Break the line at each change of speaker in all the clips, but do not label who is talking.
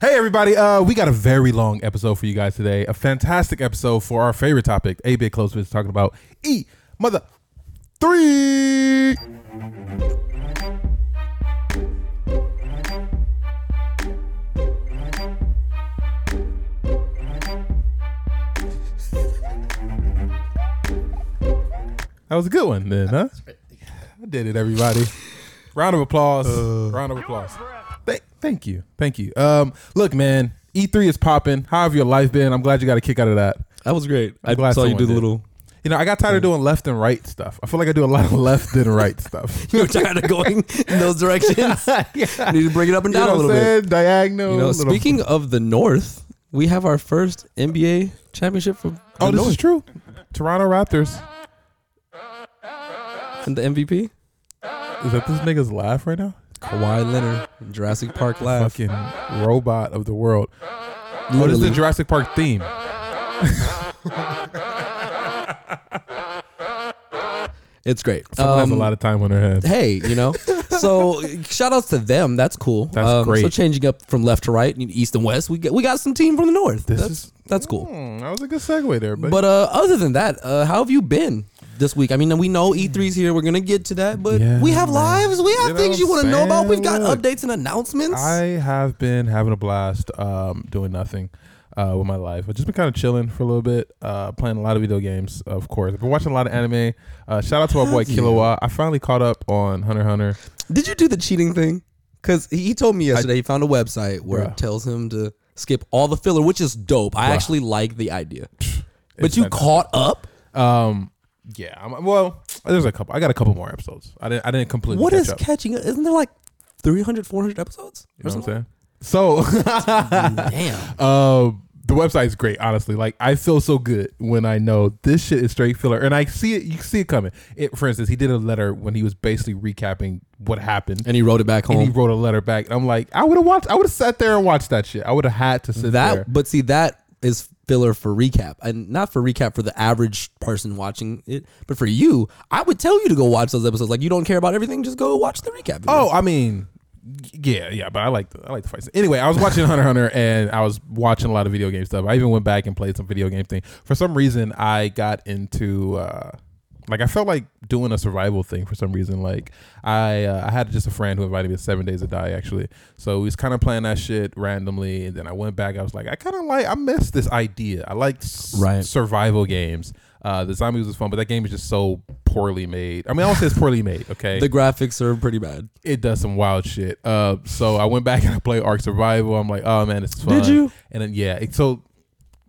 Hey everybody, uh, we got a very long episode for you guys today. A fantastic episode for our favorite topic, a bit close is talking about E mother three. That was a good one, then, huh? I did it, everybody. Round of applause. Round of applause. Th- Uh, thank you. Thank you. Um, look, man, E3 is popping. How have your life been? I'm glad you got a kick out of that.
That was great. i
glad
saw you
someone
do
did.
the little.
You know, I got tired of doing left and right stuff. I feel like I do a lot of left and right stuff.
You were tired of going in those directions. You need to break it up and
You
down
know
a
what I'm
little bit.
saying? Diagonal.
You know,
little-
speaking of the North, we have our first NBA championship for the
Oh, this
North
is true. Toronto Raptors.
and the MVP.
Is that this nigga's laugh right now?
Kawhi Leonard, Jurassic Park laugh.
Fucking robot of the world. Oh, this is the
Literally,
Jurassic Park theme.
it's great.
Someone has a
Um,
lot of time on their hands.
hey, you know. so shout outs to them. That's cool. Um,
That's
So
great.
changing up from left to right, east and west. We got, we got some team from the north.
This
that's,
is-
that's cool.
Hmm, that was a good segue there, but,
But uh, other than that, uh, how have you been this week? I mean, we know E3's here. We're gonna get to that, but
Yeah,
we have
man.
lives. We have
You know
things you
what
want to
I'm
know
saying?
about. We've got
Look,
updates and announcements.
I have been having a blast um, doing nothing uh, with my life. I've just been kind of chilling for a little bit, uh, playing a lot of video games, of course. I've been watching a lot of anime. Uh, shout out to my boy
Have you?
Kilowa. I finally caught up on Hunter x Hunter.
Did you do the cheating thing? Because he told me yesterday he found a website where
Bruh.
it tells him to skip all the filler, which is dope. I
Bruh.
actually like the idea. But
It's
you
fantastic.
caught up.
Um, yeah, I'm, well, there's a couple. I got a couple more episodes. I didn't. I didn't completely.
What
catch
is
up,
catching up? Isn't there like 300, 400 episodes?
you
or
know what I'm
something?
saying? So
Damn.
Uh, the website's great, honestly. Like I feel so good when I know this shit is straight filler, and I see it. You see it coming. It, for instance, he did a letter when he was basically recapping what happened,
And he wrote it back
and he
home.
wrote a letter back. And I'm like, I would have watched. I would have sat there and watched that shit. I would have had to sit
That,
there.
but see, that is filler for recap, and not for recap for the average person watching it. But for you, I would tell you to go watch those episodes. Like you don't care about everything, just go watch the recap.
Oh, I mean, yeah, yeah, but I like the, I like the fights. Anyway, I was watching Hunter x Hunter and I was watching a lot of video game stuff. I even went back and played some video game thing. For some reason, I got into uh like I felt like doing a survival thing for some reason. Like I uh, I had just a friend who invited me to Seven Days to Die actually. So we was kind of playing that shit randomly, and then I went back. I was like, I kind of like I miss this idea. I like s-
Right.
survival games. Uh, the zombies was fun, but that game is just so poorly made. I mean, I don't say it's poorly made. Okay,
The graphics are pretty bad.
it does some wild shit. Uh, so I went back and I played Ark Survival. I'm like, oh man, it's fun.
Did you?
And then yeah, it, so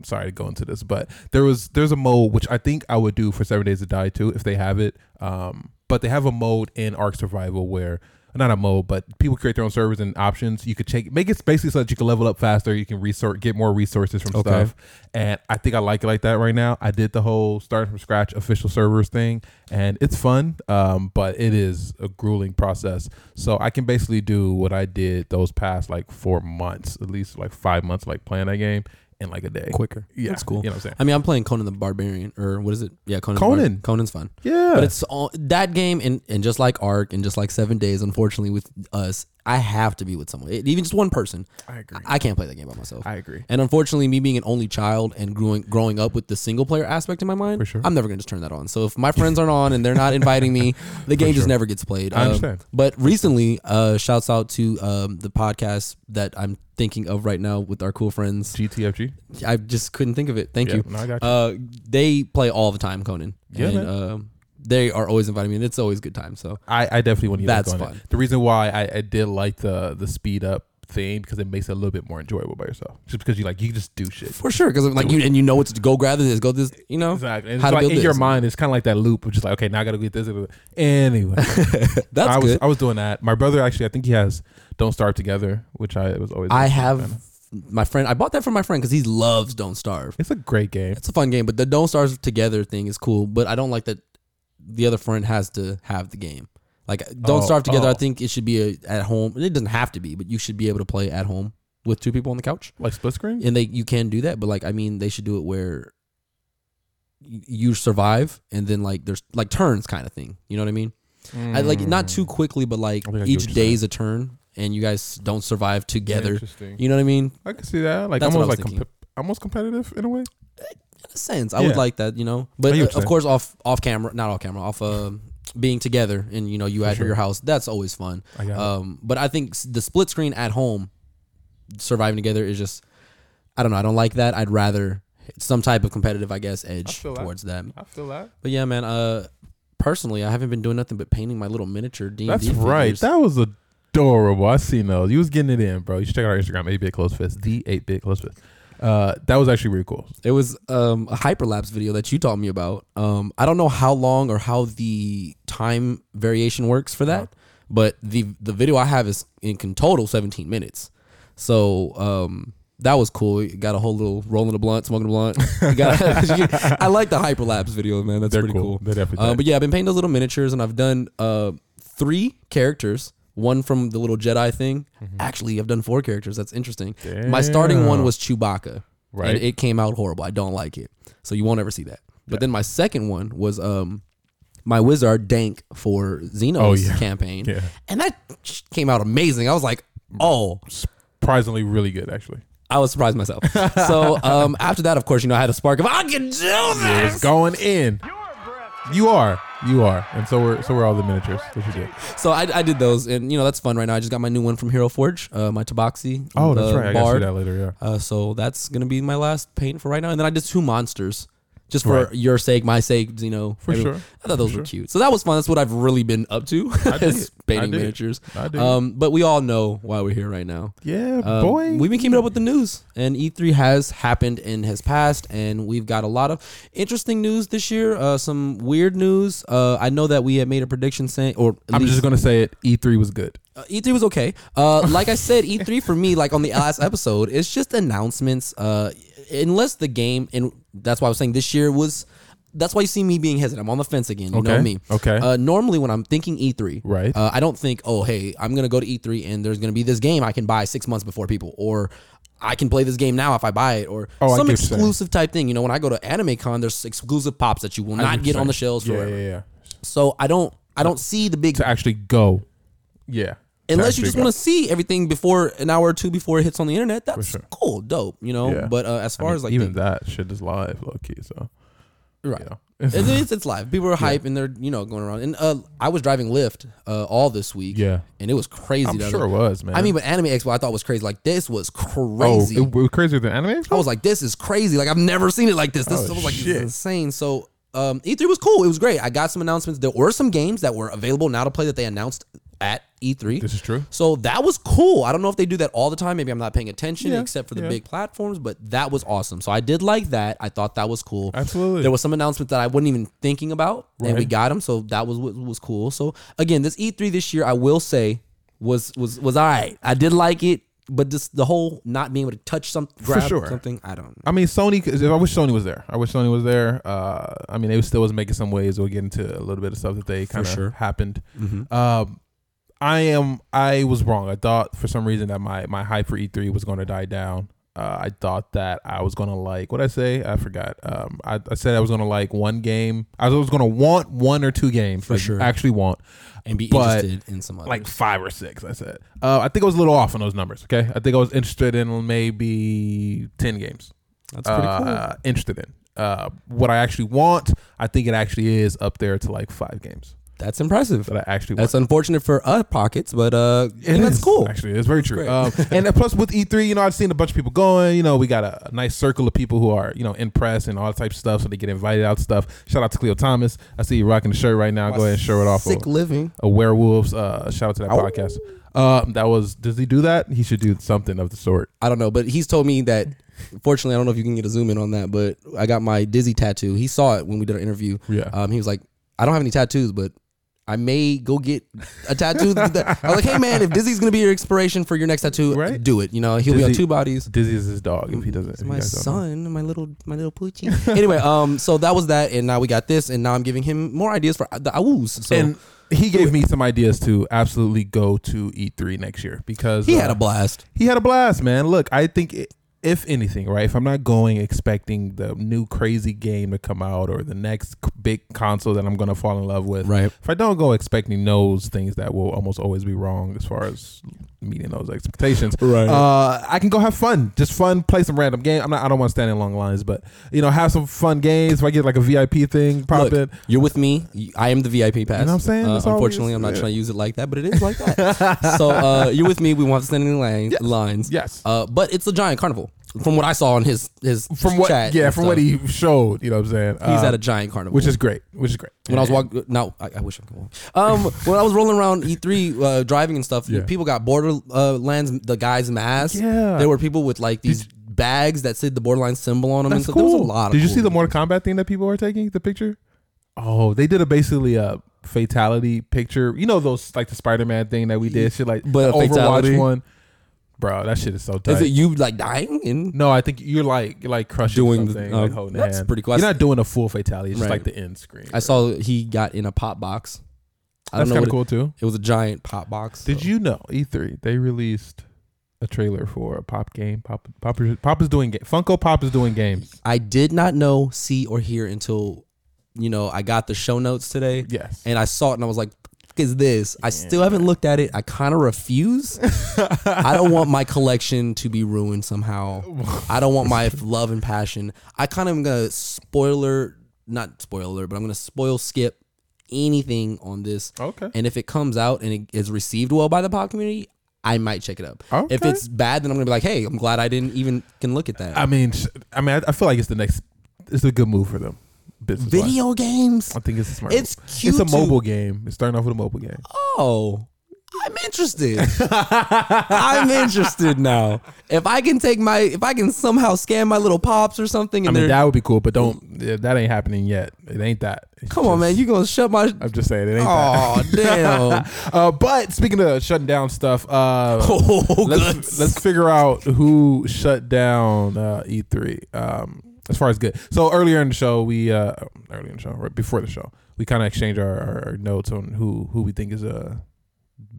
sorry to go into this, but there was there's a mode which I think I would do for Seven Days to Die too if they have it. Um, but they have a mode in Ark Survival where not a mode, but people create their own servers and options. You could take make it basically so that you can level up faster. You can resort get more resources from
Okay.
stuff. And I think I like it like that right now. I did the whole starting from scratch official servers thing, and it's fun. Um, but it is a grueling process. So I can basically do what I did those past like four months, at least like five months, like playing that game in like a day.
Quicker.
Yeah,
that's cool.
You know what I'm saying?
I mean, I'm playing Conan the Barbarian, or what is it? Yeah, Conan. the
Conan.
Bar- Conan's fun.
Yeah,
But it's all that game, and, and just like Ark, and just like Seven Days. Unfortunately, with us, I have to be with someone, even just one person.
I agree.
I can't play that game by myself.
I agree.
And unfortunately, me being an only child and growing growing up with the single player aspect in my mind,
For sure.
I'm never going to just turn that on. So if my friends aren't on and they're not inviting me, the game just never gets played. Um,
understand.
But recently, uh, shouts out to um, the podcast that I'm thinking of right now with our cool friends.
GTFG.
I just couldn't think of it. Thank
Yeah,
you.
no, I got you.
Uh, they play all the time, Conan.
Yeah,
and,
man.
um, they are always inviting me, and it's always a good time. So
I, I definitely want to get
That's
back on
fun.
it. The reason why I, I did like the the speed up thing because it makes it a little bit more enjoyable by yourself. Just because you like you can just do shit.
for sure, because like you and you know what to go grab this, go this, you know.
Exactly. And
How
it's
to
like
build
in your
this.
mind, it's kind of like that loop of just like, okay, now I got to get this. Anyway,
That's
I was
good.
I was doing that. My brother actually, I think he has "Don't Starve Together," which I was always.
I have my friend. I bought that for my friend because he loves Don't Starve.
It's a great game.
It's a fun game, but the Don't Starve together thing is cool. But I don't like that the other friend has to have the game. Like
Oh,
Don't Starve together, I
oh.
think it should be a, at home. It doesn't have to be, but you should be able to play at home with two people on the couch,
Like split screen.
and they you can do that. But like, I mean, they should do it where y- you survive and then like there's
Hmm.
like turns kind of thing you know what i mean i like it not too quickly but like
Mm. I think I get what
each
you're
day's a turn and you guys don't survive together.
Interesting.
You know what I mean?
I can see that. Like
That's what
almost
I was
like comp- almost competitive in a way.
In a sense, I
Yeah.
would like that, you know. But
I hear
uh,
what you're
of course, off off camera, not off camera, off uh, being together and you know you at
sure.
your house, that's always fun.
I got it.
Um, but I think s- the split screen at home, surviving together is just, I don't know, I don't like that. I'd rather some type of competitive, I guess, edge
feel that.
towards that.
I feel that.
But yeah, man. Uh, personally, I haven't been doing nothing but painting my little miniature D.
That's right. That was adorable. I seen those. You was getting it in, bro. You should check out our Instagram, 8-bit close fist, the 8-bit close fist. Uh, that was actually really cool.
It was um, a hyperlapse video that you taught me about. Um, I don't know how long or how the time variation works for that, but the the video I have is in con- total 17 minutes. So um, that was cool. You got a whole little rolling a blunt, smoking a blunt. You got- I like the hyperlapse video, man. That's
They're
pretty
cool.
cool.
They're definitely
Uh,
tight.
but yeah, I've been painting those little miniatures, and I've done uh, three characters. One from the little Jedi thing. Actually, I've done four characters. That's interesting. My starting
Mm-hmm.
one
Damn.
was Chewbacca.
Right.
And it came out horrible. I don't like it. So you won't ever see that. But then my second one was um my wizard Dank for Xeno's
Oh, yeah.
campaign.
Yeah.
And that sh- came out amazing. I was like, oh,
Surprisingly really good, actually.
I was surprised myself. so um after that, of course, you know, I had a spark of I can do this.
It's going in. You are. You are. And so we're so we're all the miniatures that you did.
So I, I did those and you know that's fun right now. I just got my new one from Hero Forge, uh, my Tabaxi.
Oh, that's
uh,
right. I gotta see
bard.
that later, yeah.
Uh, so that's gonna be my last paint for right now. And then I did two monsters, just for
Right.
your sake, my sake, you know.
For
everyone-
sure.
I thought those were cute. So that was fun. That's what I've really been up to, is
dig it. I
painting
dig it.
miniatures.
I dig it.
Um, but we all know why we're here right now.
Yeah,
Um,
boy.
we've been keeping up with the news, and E3 has happened and has passed, and we've got a lot of interesting news this year. Uh, some weird news. Uh, I know that we had made a prediction saying, or at
I'm
least
just gonna say it. E three was good.
uh, E3 was okay. Uh, like I said, E3 for me, like on the last episode, it's just announcements. Uh, unless the game, and that's why I was saying this year was. That's why you see me being hesitant. I'm on the fence again. You know
Okay.
me.
Okay.
Uh, normally, when I'm thinking E3,
Right.
Uh, I don't think, oh, hey, I'm gonna go to E3 and there's gonna be this game I can buy six months before people, or I can play this game now if I buy it, or
Oh, I
some
get what you're saying.
exclusive type thing. You know, when I go to Anime Con, there's exclusive pops that you will not get on the shelves
Yeah,
forever.
yeah, yeah.
So I don't, I don't see the big
To actually go. Yeah. To
unless you
actually
just
go.
want to see everything before an hour or two before it hits on the internet that's
sure.
cool dope you know
Yeah.
but uh, as far as like
even
the,
that shit is live, low key, so
right
you know.
It is- it's live people are hype and they're you know going around and uh, i was driving lyft uh, all this week
Yeah.
and it was crazy
I'm
the other-
sure it was, man.
i mean but anime expo i thought was crazy like this was
Oh,
crazy
it was crazier than anime?
i was like this is crazy like i've never seen it like this this
Oh,
was like this
shit.
is insane so um, E3 was cool. It was great. I got some announcements. There were some games that were available now to play that they announced at E3.
This is true.
So that was cool. I don't know if they do that all the time. Maybe I'm not paying attention
Yeah,
except for the
yeah.
big platforms, but that was awesome. So I did like that. I thought that was cool.
Absolutely.
There was some announcement that I wasn't even thinking about, and we
Right.
got them. So that was what was cool. So again, this E3 this year, I will say, was was was all right. I did like it, but just the whole not being able to touch something, grab
sure.
something, I don't. know.
I mean, Sony. 'cause I wish Sony was there. I wish Sony was there. Uh, I mean, they still was making some waves. We'll get into a little bit of stuff that they kind of
sure. Mm-hmm.
happened. Um, I am. I was wrong. I thought for some reason that my my hype for E3 was going to die down. Uh, I thought that I was going to like what I say. I forgot. Um, I, I said I was going to like one game. I was going to want one or two games for
sure.
Actually, want
And be
But,
interested in some others.
like five or six. I said. Uh, I think I was a little off on those numbers. Okay, I think I was interested in maybe ten games.
that's pretty cool.
uh, interested in. Uh, what I actually want, I think it actually is up there to like five games
That's impressive.
that I actually want.
That's unfortunate for us pockets, but uh,
It
that's
is,
cool.
Actually, it's very true.
great.
Um, and then plus with E3, you know, I've seen a bunch of people going. You know, we got a, a nice circle of people who are, you know, in press and all that type of stuff, so they get invited out to stuff. Shout out to Cleo Thomas. I see you rocking the shirt right now. Go ahead and show it off.
Sick living.
a werewolves. Uh, shout out to that
Ow.
podcast. Um, that was. Does he do that? He should do something of the sort.
I don't know, but he's told me that. Fortunately, I don't know if you can get a zoom in on that, but I got my dizzy tattoo. He saw it when we did our interview.
Yeah.
Um, he was like, I don't have any tattoos, but I may go get a tattoo. that- I was like, hey man, if Dizzy's gonna be your inspiration for your next tattoo,
Right.
do it. You know, he'll be on
Dizzy-
two bodies.
Dizzy is his dog. If he doesn't, if you
my
guys don't know.
son, my little, my little poochie. anyway, um, so that was that, and now we got this, and now I'm giving him more ideas for uh, the awoos. So
and he gave me some ideas to absolutely go to E3 next year because
he
uh,
had a blast.
he had a blast, man. Look, I think i if anything, right, if I'm not going expecting the new crazy game to come out or the next c- big console that I'm going to fall in love with,
Right.
if I don't go expecting those things, that will almost always be wrong as far as meeting those expectations.
Right.
Uh, I can go have fun, just fun, play some random game. I'm not. I don't want to stand in long lines, but you know, have some fun games. If I get like a VIP thing, pop
Look,
it.
you're with me. You- I am the VIP pass.
You know what I'm saying?
Uh,
That's all we-
unfortunately, I'm not
yeah.
trying to use it like that, but it is like that. so uh, you're with me. We won't have to stand in line, lines.
Yes.
Uh, but it's a giant carnival. From what I saw on his his
From what?
chat
yeah,
and
from what
stuff,
he showed. You know what I'm saying?
he's
Uh,
at a giant carnival.
which is great. Which is great.
when I was walking. No, I, I wish I could walk. Um, when I was rolling around E3 uh, driving and stuff,
Yeah.
people got Borderlands the guys masks.
Yeah.
there were people with like these bags that said the Borderlands symbol on them.
That's
and so
cool.
There was a lot. Of
Did you
cool
see the
things.
Mortal Kombat thing that people are taking the picture? Oh, they did a basically a fatality picture. You know those like the Spider Man thing that we did, shit like
But a
the Overwatch
fatality?
one. Bro, that shit is so tight.
Is it you like dying in?
no, I think you're like you're like crushing
Doing the-
something,
oh,
like holding
that's
hand.
pretty cool.
You're not doing a full fatality. It's just
Right.
like the end screen.
I saw he got in a pop box. I
that's
don't know
kind
what
of cool too.
it, it was a giant pop box.
Did
so-
you know E3 they released a trailer for a pop game? Pop Pop, pop is doing ga- Funko Pop is doing games.
I did not know, see, or hear until you know I got the show notes today.
Yes.
and I saw it and I was like, "Fuck is this?" I still haven't looked at it. I kind of refuse. I don't want my collection to be ruined somehow. I don't want my love and passion. I kind of am gonna spoiler, not spoiler, but I'm gonna spoil skip anything on this.
Okay.
And if it comes out and it is received well by the pop community, I might check it up. If
Okay.
it's bad, then I'm gonna be like, "Hey, I'm glad I didn't even can look at that."
I mean, sh- I mean, I, I feel like it's the next. It's a good move for them. Business.
Video games.
I think it's a smart.
It's
move.
cute
It's
to-
a mobile game. It's starting off with a mobile game.
Oh, I'm interested. I'm interested now. If I can take my, if I can somehow scan my little pops or
I
something, and
mean,
they're,
that would be cool, but don't. Yeah, that ain't happening yet. It ain't that. It's
come on,
just-
man, you gonna shut my?
I'm just saying it ain't
Oh damn!
that. Uh, but speaking of shutting down stuff, uh,
Oh,
let's let's figure out who shut down uh, E3. Um, as far as good, so earlier in the show, we uh, earlier in the show, right before the show, we kind of exchanged our, our, our notes on who who we think is uh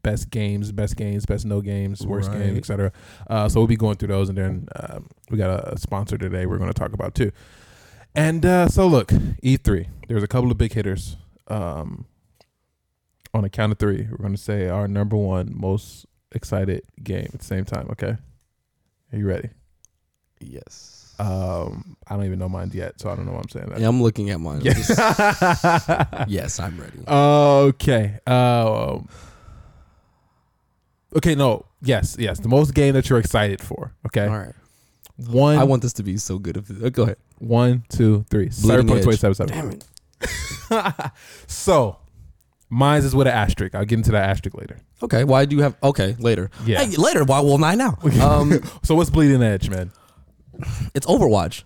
best games, best games, best no games, worst
Right.
games, etc. Uh, so we'll be going through those, and then um, we got a sponsor today we're going to talk about too. And uh, so look, E3. There's a couple of big hitters. Um, on a count of three, we're going to say our number one most excited game at the same time. Okay, are you ready?
yes.
Um, I don't even know mine yet, so I don't know why I'm saying that.
Yeah, Uh, I'm looking at mine. I'm just-
Yeah.
yes, I'm ready.
okay. Um, okay. No. Yes. Yes. The most game that you're excited for. Okay.
All right.
One.
I want this to be so good. If uh, go ahead.
one, two, three.
Bleeding
Cyberpunk
Edge.
2077.
Damn it.
So, mine's is with an asterisk. I'll get into that asterisk later.
Okay. Why do you have? Okay, later.
Yeah.
Hey, later. Why won't I now? Um,
So what's Bleeding Edge, man?
it's Overwatch,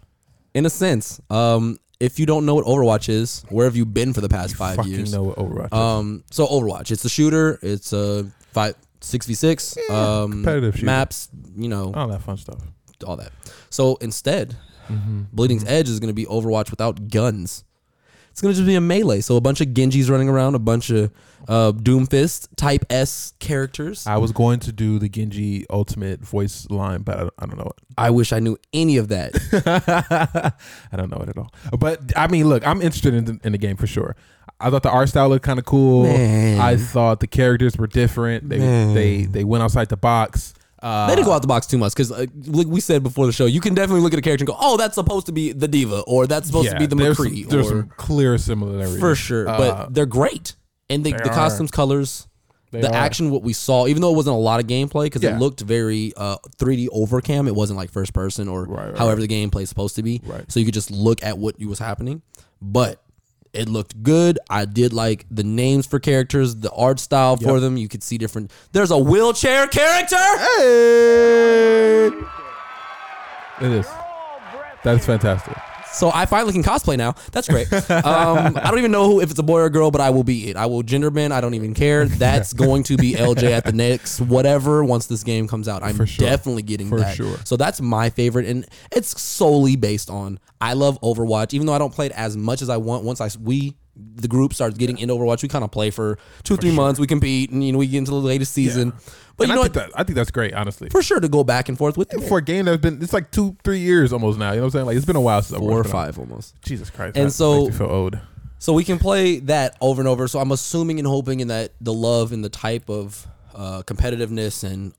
in a sense. Um, if you don't know what Overwatch is, where have you been for the past five
Fucking
years?
know what Overwatch. is.
Um, so Overwatch, it's a shooter. It's a five six v six. Um,
competitive shooter.
maps. You know
All that fun stuff.
all that. So instead,
Mm-hmm.
Bleeding's Edge is going to be Overwatch without guns. It's going to just be a melee. So a bunch of Genjis running around, a bunch of uh, Doomfist type S characters.
I was going to do the Genji Ultimate voice line, but I don't, I don't know it.
I wish I knew any of that.
I don't know it at all. But I mean, look, I'm interested in the, in the game for sure. I thought the art style looked kind of cool.
Man.
I thought the characters were different. They they they went outside the box. Uh,
They didn't go out the box too much because, uh, like we said before the show, you can definitely look at a character and go, "Oh, that's supposed to be the diva," or "That's supposed to be the
there's
McCree."
Some, there's
or,
some clear similarities
for sure.
Uh,
but they're great, and they, the
are.
costumes, colors,
They
the
are.
action, what we saw. Even though it wasn't a lot of gameplay because
Yeah.
it looked very uh, 3D overcam. It wasn't like first person or
Right, right,
however the gameplay is supposed to be.
Right.
So you could just look at what was happening, but. It looked good. I did like the names for characters, the art style for them. You could see different. There's a wheelchair character.
Hey! It is. That's fantastic.
So I finally can cosplay now. That's great. Um, I don't even know who, if it's a boy or a girl, but I will be it. I will gender bend. I don't even care. That's going to be LJ at the next whatever. Once this game comes out, I'm
sure.
definitely getting
For
that.
sure.
So that's my favorite, and it's solely based on I love Overwatch. Even though I don't play it as much as I want, once I we the group starts getting into Overwatch, we kind of play for two three months. We compete, and you know we get into the latest season. But
and
you know
I
what?
think that I think that's great, honestly. For,
for sure to go back and forth with them.
a game that's been it's like two, three years almost now. You know what I'm saying? Like it's been a while since I
four or
worked on it.
five almost.
Jesus Christ!
And
that
so-
makes me feel old.
So we can play that over and over. So I'm assuming and hoping in that the love and the type of uh, competitiveness and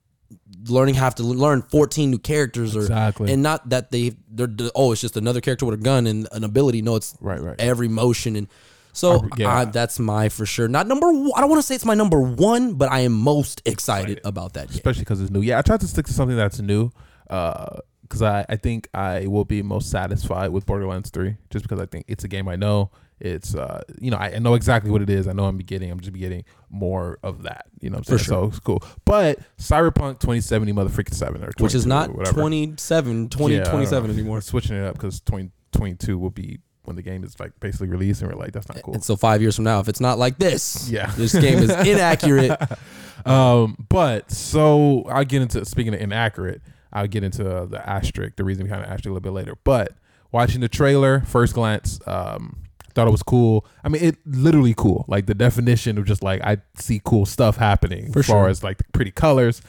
learning have to learn 14 new characters or
Exactly.
and not that they they're d- oh it's just another character with a gun and an ability no it's
Right, right.
every motion and so
I- yeah.
I- that's my for sure not number one, I don't want to say it's my number one but I am most excited about that game.
especially because it's new. Yeah, I tried to stick to something that's new because I, I think I will be most satisfied with Borderlands 3 just because I think it's a game I know. It's, uh, you know, I, I know exactly what it is. I know I'm getting, I'm just getting more of that. You know what I'm saying? So it's cool. But Cyberpunk 2070 motherfucking 7 or
which is
22
not
or whatever.
27 20
Yeah, I don't
27
know.
anymore
We're switching it up because 2022 will be when the game is like basically released and we're like, that's not cool.
and so 5 years from now if it's not like this
Yeah.
this game is inaccurate
Um, but so I'll get into speaking of inaccurate, I'll get into uh, the asterisk, the reason behind the asterisk a little bit later. But watching the trailer, first glance, um, thought it was cool. I mean, it literally cool. Like the definition of just like I see cool stuff happening
For
as far
sure.
as like the pretty colors,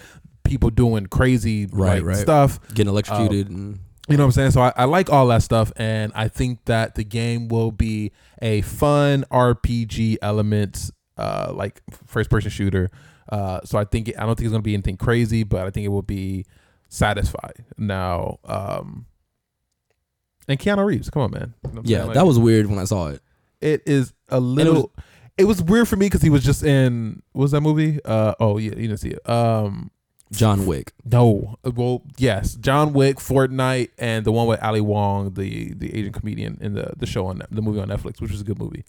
people doing crazy
Right,
like,
right.
stuff.
getting electrocuted and
You know what I'm saying? So I, I like all that stuff, and I think that the game will be a fun RPG element, uh, like first person shooter. Uh, so I think it, I don't think it's gonna be anything crazy, but I think it will be satisfied. Now, um, and Keanu Reeves, come on, man. You know what I'm
yeah
saying? Like,
that was weird when I saw it
it is a little. It was, weird for me because he was just in what was that movie? Uh, oh yeah, you didn't see it. Um,
John Wick
no. Well, yes. John Wick, Fortnite, and the one with Ali Wong, the the Asian comedian in the the show on the movie on Netflix, which was a good movie.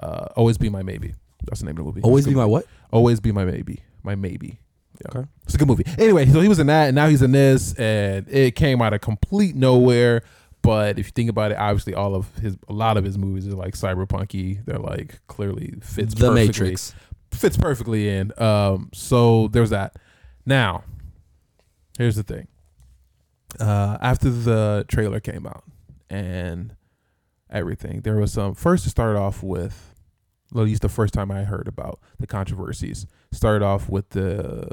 Uh, Always be my maybe. That's the name of the movie. It's
always
a
be
good
my what
movie. always be my maybe. My maybe. Yeah.
Okay.
It's a good movie. Anyway, so he was in that, and now he's in this, and it came out of complete nowhere. But if you think about it, obviously all of his a lot of his movies are like cyberpunky. They're like clearly fits
The
perfectly
Matrix
fits perfectly in. Um, so there's that. Now, here's the thing. Uh, after the trailer came out and everything, there was some. First, to start off with, well, at least the first time I heard about the controversies, started off with the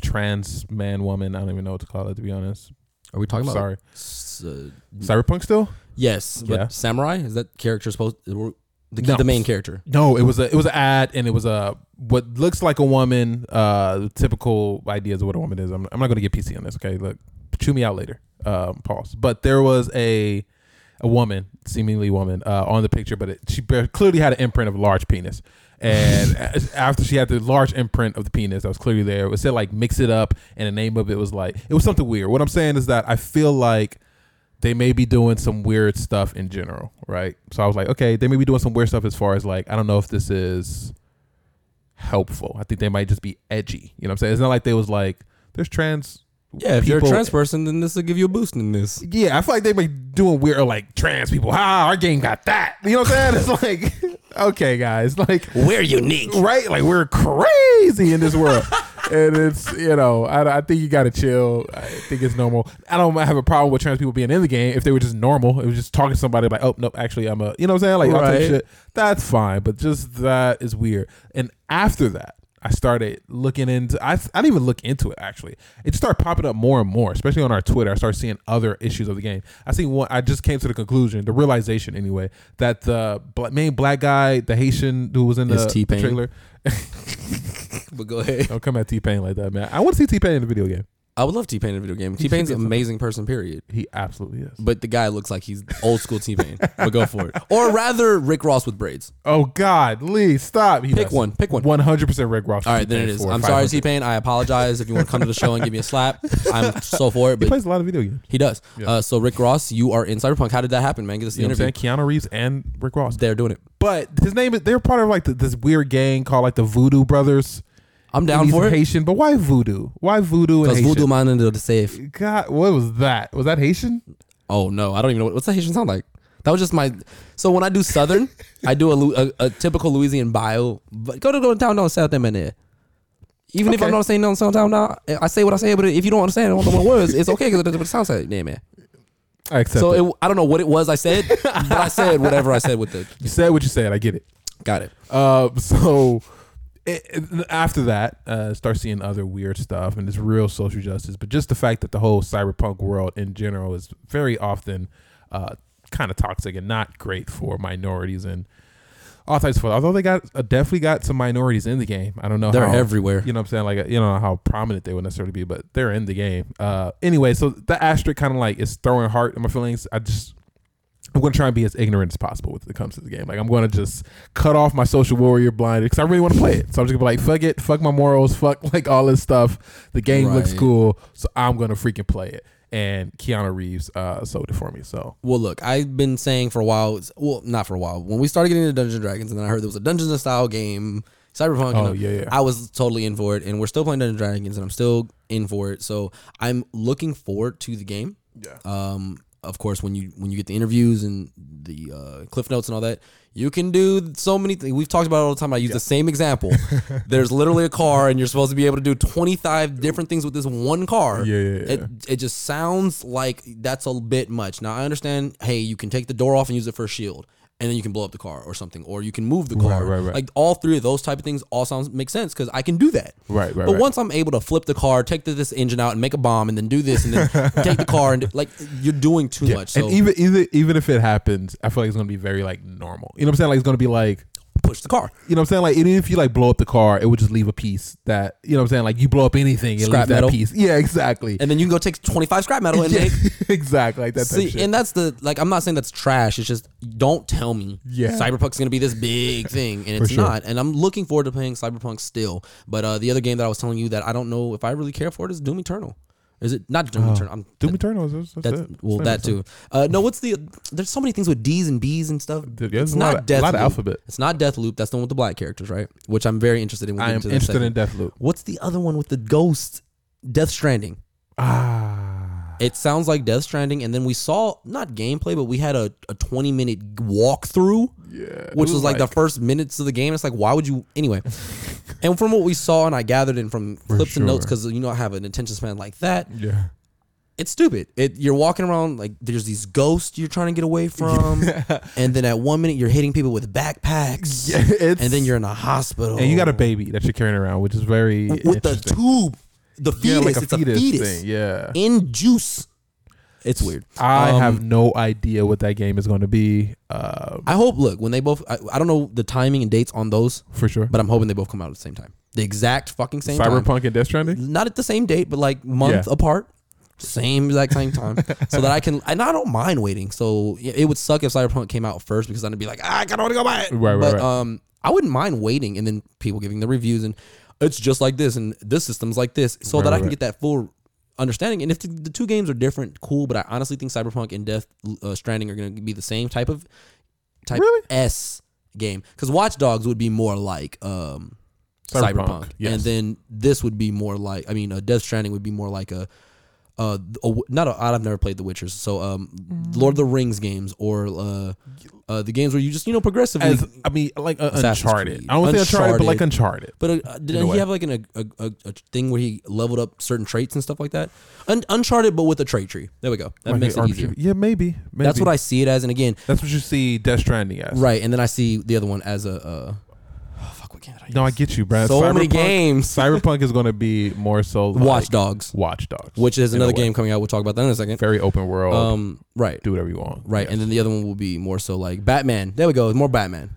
trans man woman. I don't even know what to call it, to be honest.
are we talking about
Sorry.
S- uh,
Cyberpunk still?
yes, but
Yeah.
samurai is that character supposed the,
No.
the main character?
No, it was a it was an ad, and it was a what looks like a woman. Uh, typical ideas of what a woman is. I'm, I'm not going to get PC on this. Okay, look, chew me out later. Um, pause. But there was a a woman, seemingly woman, uh, on the picture, but it, she bare- clearly had an imprint of a large penis. And a- after she had the large imprint of the penis that was clearly there, it was said like mix it up, and the name of it was like it was something weird. What I'm saying is that I feel like they may be doing some weird stuff in general, right? So I was like, okay, they may be doing some weird stuff as far as like, I don't know if this is helpful. I think they might just be edgy. You know what I'm saying? It's not like they was like, there's trans.
Yeah, if you're
people-
a trans person, then this will give you a boost in this.
Yeah, I feel like they may doing weird or like trans people. Ah, our game got that. You know what I'm saying? It's like, okay, guys, like
We're unique.
right? Like we're crazy in this world. and it's you know I, I think you gotta chill i think it's normal i don't have a problem with trans people being in the game if they were just normal it was just talking to somebody like oh nope actually i'm a you know what i'm saying like all type of
Right.
shit that's fine but just that is weird and after that i started looking into I, I didn't even look into it actually it started popping up more and more especially on our twitter i started seeing other issues of the game i seen one i just came to the conclusion the realization anyway that the bla- main black guy the haitian who was in the,
Is
the
T-Pain.
Uh, trailer
But go ahead.
don't come at T Pain like that, man. I want to see T Pain in the video game.
I would love T Pain in a video game.
He
T
should
Pain's
get
an
some-
amazing person, period.
He absolutely is.
But the guy looks like he's old school T Pain. but go for it. Or rather, Rick Ross with braids.
Oh God, Lee, stop! He
Pick one. Pick one.
One hundred percent Rick Ross.
All right, then it is. I'm sorry, T Pain. I apologize if you want to come to the show and give me a slap. I'm so for it,
He
but
plays a lot of video games.
he does.
Yeah.
Uh, so Rick Ross, you are in Cyberpunk. How did that happen, man? Get us the
You know what I'm
interview.
saying? Keanu Reeves and Rick Ross.
They're doing it.
But his name is. They're part of like the, this weird gang called like the Voodoo Brothers.
I'm
And
down
he's
for it.
Haitian, but why Voodoo? Why Voodoo and
Because
Haitian?
Voodoo Man into the safe.
God, what was that? Was that Haitian?
Oh no, I don't even know what, what's the Haitian sound like. That was just my. So when I do Southern, I do a, Lu- a, a typical Louisiana bio. But go to go down down south them in there. Even if I'm
Okay.
not saying down south down now, I say what I say. But if you don't understand what the words, it's okay because it sounds like yeah, man.
I accept.
So
it.
it, I don't know what it was I said, but I said whatever I said with the.
you said what you said. I get it.
Got it.
Uh, so it, it- after that, uh, start seeing other weird stuff and it's real social justice. But just the fact that the whole cyberpunk world in general is very often uh, kind of toxic and not great for minorities and all types of. Although they got uh, definitely got some minorities in the game. I don't know.
They're
how-
everywhere.
You know what I'm saying? Like uh, you know how prominent they would necessarily be, but they're in the game. Uh, anyway, so the asterisk kind of like is throwing heart in my feelings. I just I'm going to try and be as ignorant as possible when it comes to the game. Like I'm going to just cut off my social warrior blind because I really want to play it. So I'm just gonna be like, fuck it, fuck my morals, fuck like all this stuff. The game looks
Right.
cool, so I'm gonna freaking play it. And Keanu Reeves uh, sold it for me. So
Well, look, I've been saying for a while. it's- Well, not for a while. When we started getting into Dungeons and Dragons, and then I heard there was a Dungeons and style game, Cyberpunk.
Oh,
and
yeah, yeah.
I was totally in for it, and we're still playing Dungeons and Dragons, and I'm still in for it. So I'm looking forward to the game.
Yeah.
Um, of course, when you when you get the interviews and the uh, cliff notes and all that, you can do so many things. We've talked about it all the time. I use the same example. There's literally a car, and you're supposed to be able to do 25 different things with this one car.
Yeah, yeah,
It it just sounds like that's a bit much. Now I understand. Hey, you can take the door off and use it for a shield, and then you can blow up the car or something, or you can move the car.
right, right.
Like all three of those type of things all sounds make sense because I can do that.
Right, right,
But
right.
once I'm able to flip the car, take the, this engine out, and make a bomb, and then do this, and then take the car, and do- like you're doing too much. So
and even even even if it happens, I feel like it's gonna be very like normal. You know what I'm saying? Like it's gonna be like
push the car.
you know what I'm saying? Like even if you like blow up the car, it would just leave a piece that you know what I'm saying? Like you blow up anything, it
Scrap
leaves
metal.
that piece. Yeah, exactly.
And then you can go take 25 scrap metal and
Yeah,
make
exactly. Like that type
See,
of shit.
and that's the like. I'm not saying that's trash. It's just don't tell me.
Yeah.
Cyberpunk's gonna be this big thing, and it's
sure.
not. And I'm looking forward to playing Cyberpunk still. But uh, the other game that I was telling you that I don't know if I really care for it is Doom Eternal. Is it not Doom Eternal? I'm,
Oh. Doom Eternal is that's,
that's,
it.
well, that
That's it.
too. Uh, no, what's the? There's so many things with D's and B's and stuff.
Yeah, there's
it's
a lot
not
of- a
Death.
lot of
Loop.
alphabet.
It's not Death Loop. That's the one with the black characters, right? Which I'm very interested in. We'll
I
get
am
into that
interested
second.
in Deathloop.
What's the other one with the ghost? Death Stranding.
Ah,
It sounds like Death Stranding, and then we saw not gameplay, but we had a, a twenty minute walkthrough,
yeah.
which was like, the first minutes of the game. It's like, why would you anyway? and from what we saw, and I gathered in from clips and notes
sure.
because you know I have an attention span like that.
yeah.
It's stupid. It, you're walking around like there's these ghosts you're trying to get away from, and then at one minute you're hitting people with backpacks,
Yeah, it's-
and then you're in a hospital,
And you got a baby that you're carrying around, which is very
with the
interesting.
tube, the fetus.
yeah, like
it's a fetus
thing. Yeah,
in juice. It's weird.
I
Um,
have no idea what that game is going to be. Uh,
I hope. Look, when they both, I, I don't know the timing and dates on those,
for sure.
but I'm hoping they both come out at the same time, the exact fucking same time.
Cyberpunk and Death Stranding.
Not at the same date, but like month
Yeah.
apart, same exact same time, so that I can. And I don't mind waiting. So yeah, it would suck if Cyberpunk came out first because I'd be like, ah, I gotta wanna go buy it.
Right, right,
but
right.
um, I wouldn't mind waiting, and then people giving the reviews and it's just like this, and this system's like this, so
Right,
that
right,
I can
right.
get that full. Understanding and if the, the two games are different, cool. But I honestly think Cyberpunk and Death uh, Stranding are going to be the same type of type
Really?
S game because Watch Dogs would be more like um, Cyberpunk,
Cyberpunk,
and
yes.
then this would be more like I mean, uh, Death Stranding would be more like a. Uh, a w- not a, I've never played The Witchers, so um, Lord of the Rings games or uh, uh, the games where you just you know progressively.
As I mean, like uh,
Assassin's
Uncharted.
Creed.
I don't say Uncharted, but like Uncharted.
but uh, uh, didn't he
way.
have like an, a, a a thing where he leveled up certain traits and stuff like that? Un- Uncharted, but with a trait tree. There we go. That
Like
makes
an
it
RPG.
easier.
Yeah, maybe. maybe.
That's what I see it as. And again,
That's what you see Death Stranding as.
right. And then I see the other one as a. Uh, oh, fuck! What game did I
No, I get you, Brad.
So many
Cyberpunk-
games.
Cyberpunk is going to be more so like
Watch Dogs,
Watch Dogs,
which is
in a
another
way.
game coming out. We'll talk about that in a second.
Very open world.
Um, right,
do whatever you want.
right, and then the other one will be more so like Batman. There we go, more Batman.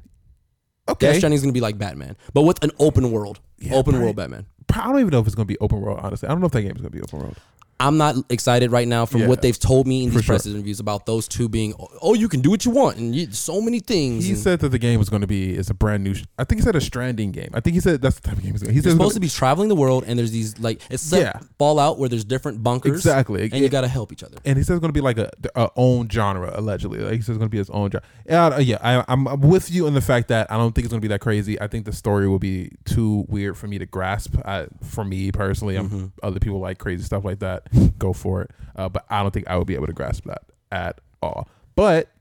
Okay.
Death Stranding is gonna be like Batman, but with an open world, open
right.
world Batman.
I don't even know if it's going to be open world. Honestly, I don't know if that game is going to be open world.
I'm not excited right now from
Yeah.
what they've told me in these
For sure.
press interviews about those two being. Oh, you can do what you want, and you, so many things.
He
and
said that the game was going to be it's a brand new. sh- I think he said a Stranding game. I think he said that's the type of game. He's, he's
you're supposed to be traveling the world, and there's these like it's like
Yeah.
Fallout where there's different bunkers,
Exactly.
and you gotta help each other.
and he says it's going to be like a, a own genre allegedly. Like he says it's going to be his own genre. Yeah, I- yeah. I, I'm, I'm with you in the fact that I don't think it's going to be that crazy. I think the story will be too weird for me to grasp. I, for me personally, I'm,
Mm-hmm.
other people like crazy stuff like that. Go for it. Uh, but I don't think I would be able to grasp that at all. But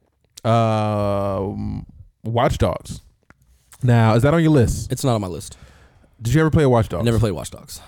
um, Watch Dogs. Now, is that on your list?
It's not on my list.
Did you ever play a Watch Dogs?
I never played Watch Dogs.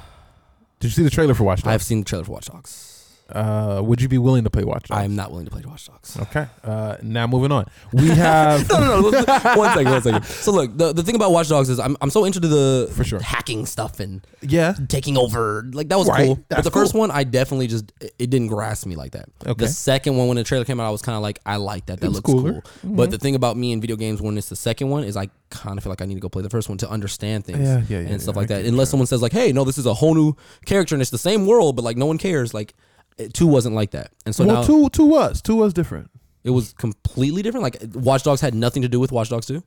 Did you see the trailer for Watch Dogs?
I've seen the trailer for Watch Dogs.
Uh, would you be willing to play Watch Dogs?
I'm not willing to play Watch Dogs.
okay. Uh, now moving on. We have
no, no, no. one second, one second. So look, the, the thing about Watch Dogs is I'm, I'm so into the
For sure.
hacking stuff and
yeah.
taking over. Like that was
Right,
cool. But
that's
the first one, I definitely just it it didn't grasp me like that.
Okay.
The second one, when the trailer came out, I was kind of like, I like that. That looks
cooler. Mm-hmm.
cool. But the thing about me in video games when it's the second one is I kind of feel like I need to go play the first one to understand things
Yeah, yeah, yeah,
and stuff
yeah,
like
I
that. Unless someone says like, Hey, no, this is a whole new character and it's the same world, but like no one cares. Like it- two wasn't like that, and so
well,
now
two two was two was different.
it was completely different. Like Watch Dogs had nothing to do with Watch Dogs Two.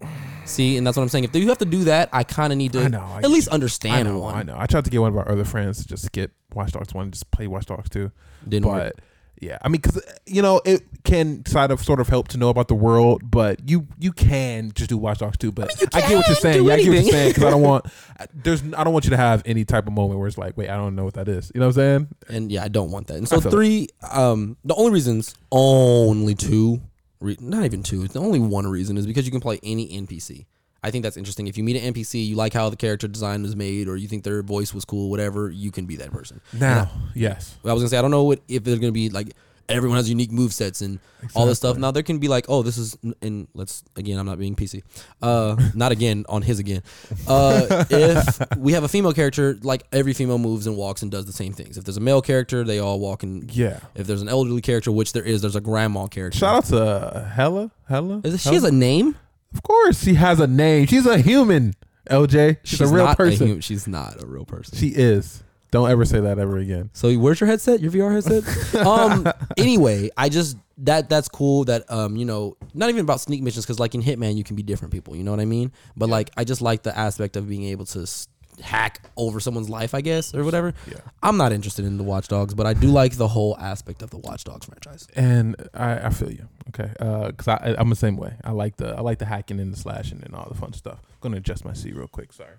See, and that's what I'm saying. If you have to do that, I kind of need to
I know, I
at least
I
understand
know.
one.
I know. I tried to get one of our other friends to just skip Watch Dogs one, just play Watch Dogs two.
Didn't
but
work.
yeah, I mean, because you know, it can sort of sort of help to know about the world, but you you can just do Watch Dogs two. But I, get what you're
can
saying.
do
Yeah, I get what you're
anything.
saying because I don't want I- there's I don't want you to have any type of moment where it's like, wait, I don't know what that is. You know what I'm saying?
and yeah, I don't want that. And so
feel
three, um, the only reasons, only two, re- not even two. The only one reason is because you can play any NPC. I think that's interesting. If you meet an NPC, you like how the character design was made, or you think their voice was cool, whatever, you can be that person.
Now, yes,
I was gonna say I don't know what if there's gonna be like everyone has unique move sets and all this stuff. Now there can be like, oh, this is and let's again, I'm not being PC. Uh, not again on his again. Uh, if we have a female character, like every female moves and walks and does the same things. If there's a male character, they all walk and
yeah.
If there's an elderly character, which there is, there's a grandma character.
Shout out to uh, Hella. Hella.
Is it, she has a name?
Of course, she has a name. She's a human. LJ. She's, a real
not
person.
human- she's not a real person.
She is. Don't ever say that ever again.
So where's your headset? Your VR headset? um. Anyway, I just that that's cool. That um, you know, not even about sneak missions because like in Hitman, you can be different people. You know what I mean? But like, I just like the aspect of being able to s- hack over someone's life, I guess, or whatever.
Yeah.
I'm not interested in the Watchdogs, but I do like the whole aspect of the Watchdogs franchise.
And I, I feel you. Okay. Uh, cause I, I'm the same way. I like the, I like the hacking and the slashing and all the fun stuff. I'm gonna adjust my seat real quick. Sorry.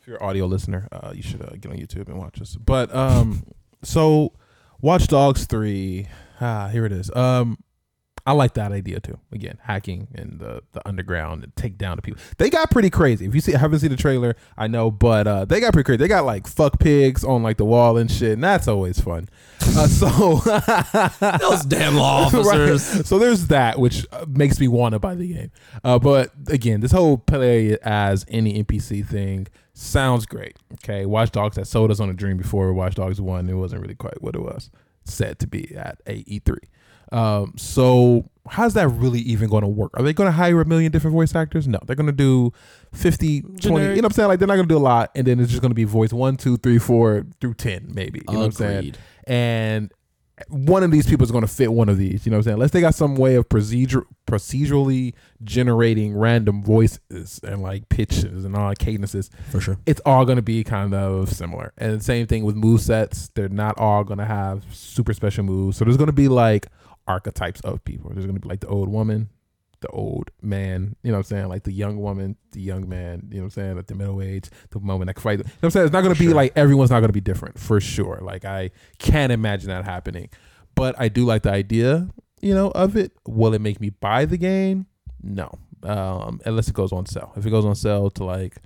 If you're an audio listener, uh, you should uh, get on YouTube and watch us. But um, so Watch Dogs three. Ah, here it is. Um, I like that idea too. Again, hacking and the the underground and take down the people. They got pretty crazy. If you see, haven't seen the trailer, I know, but uh, they got pretty crazy. They got like fuck pigs on like the wall and shit, and that's always fun. Uh, so
Those damn law
Right.
officers.
So there's that, which uh, makes me want to buy the game. Uh, but again, this whole play as any NPC thing sounds great. Okay, Watch Dogs that sold us on a dream before Watch Dogs One. It wasn't really quite what it was said to be at AE3. Um, so how's that really even going to work? Are they going to hire a million different voice actors? No, they're going to do 50, 20, you know what I'm saying? Like they're not going to do a lot. And then it's just going to be voice one, two, three, four through 10, maybe, you know what I'm saying?
Agreed.
and one of these people is going to fit one of these. You know what I'm saying? Unless they got some way of procedure procedurally generating random voices and like pitches and all cadences,
For sure.
it's all going to be kind of similar. And same thing with move sets. They're not all going to have super special moves. So there's going to be like archetypes of people. There's going to be like the old woman, the old man, you know what I'm saying? Like the young woman, the young man, you know what I'm saying? Like the middle age, the moment I can fight. You know what I'm saying? It's not going to be like everyone's not going to be different for sure. Like I can't imagine that happening. But I do like the idea, you know, of it. Will it make me buy the game? No. Um, unless it goes on sale. If it goes on sale to like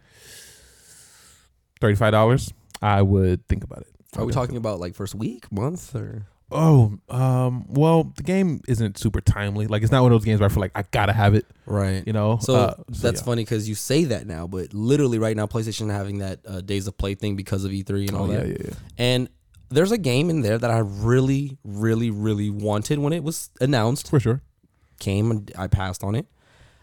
thirty-five dollars, I would think about it.
Are we talking about like first week, month, or
Oh, um, well, the game isn't super timely. Like, it's not one of those games where I feel like I gotta have it.
right?
You know,
So
Uh,
that's
yeah.
funny because you say that now, but literally right now, PlayStation having that uh, days of play thing because of E3 and all
Oh, yeah,
that.
yeah, yeah.
And there's a game in there that I really, really, really wanted when it was announced.
for sure.
Came and I passed on it.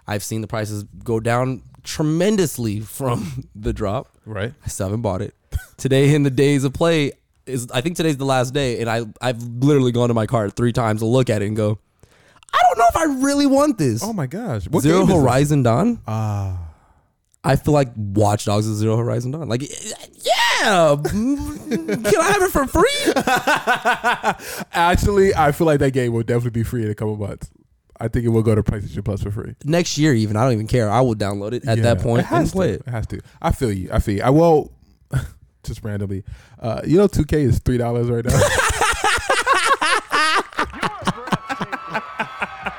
I've seen the prices go down tremendously from the drop.
Right.
I still haven't bought it. Today in the days of play is I think today's the last day, and I I've literally gone to my cart three times to look at it and go, I don't know if I really want this.
Oh my gosh, what
Zero
game is this?
Horizon Dawn.
Ah,
I feel like Watch Dogs is Zero Horizon Dawn. Like, yeah, mm, can I have it for free?
actually, I feel like that game will definitely be free in a couple months. I think it will go to PlayStation Plus for free.
Next year, even I don't even care. I will download it at
Yeah,
that point
it has
and play
to.
it.
has to. I feel you. I feel you. I will. just randomly, uh, you know, 2K is three dollars right now.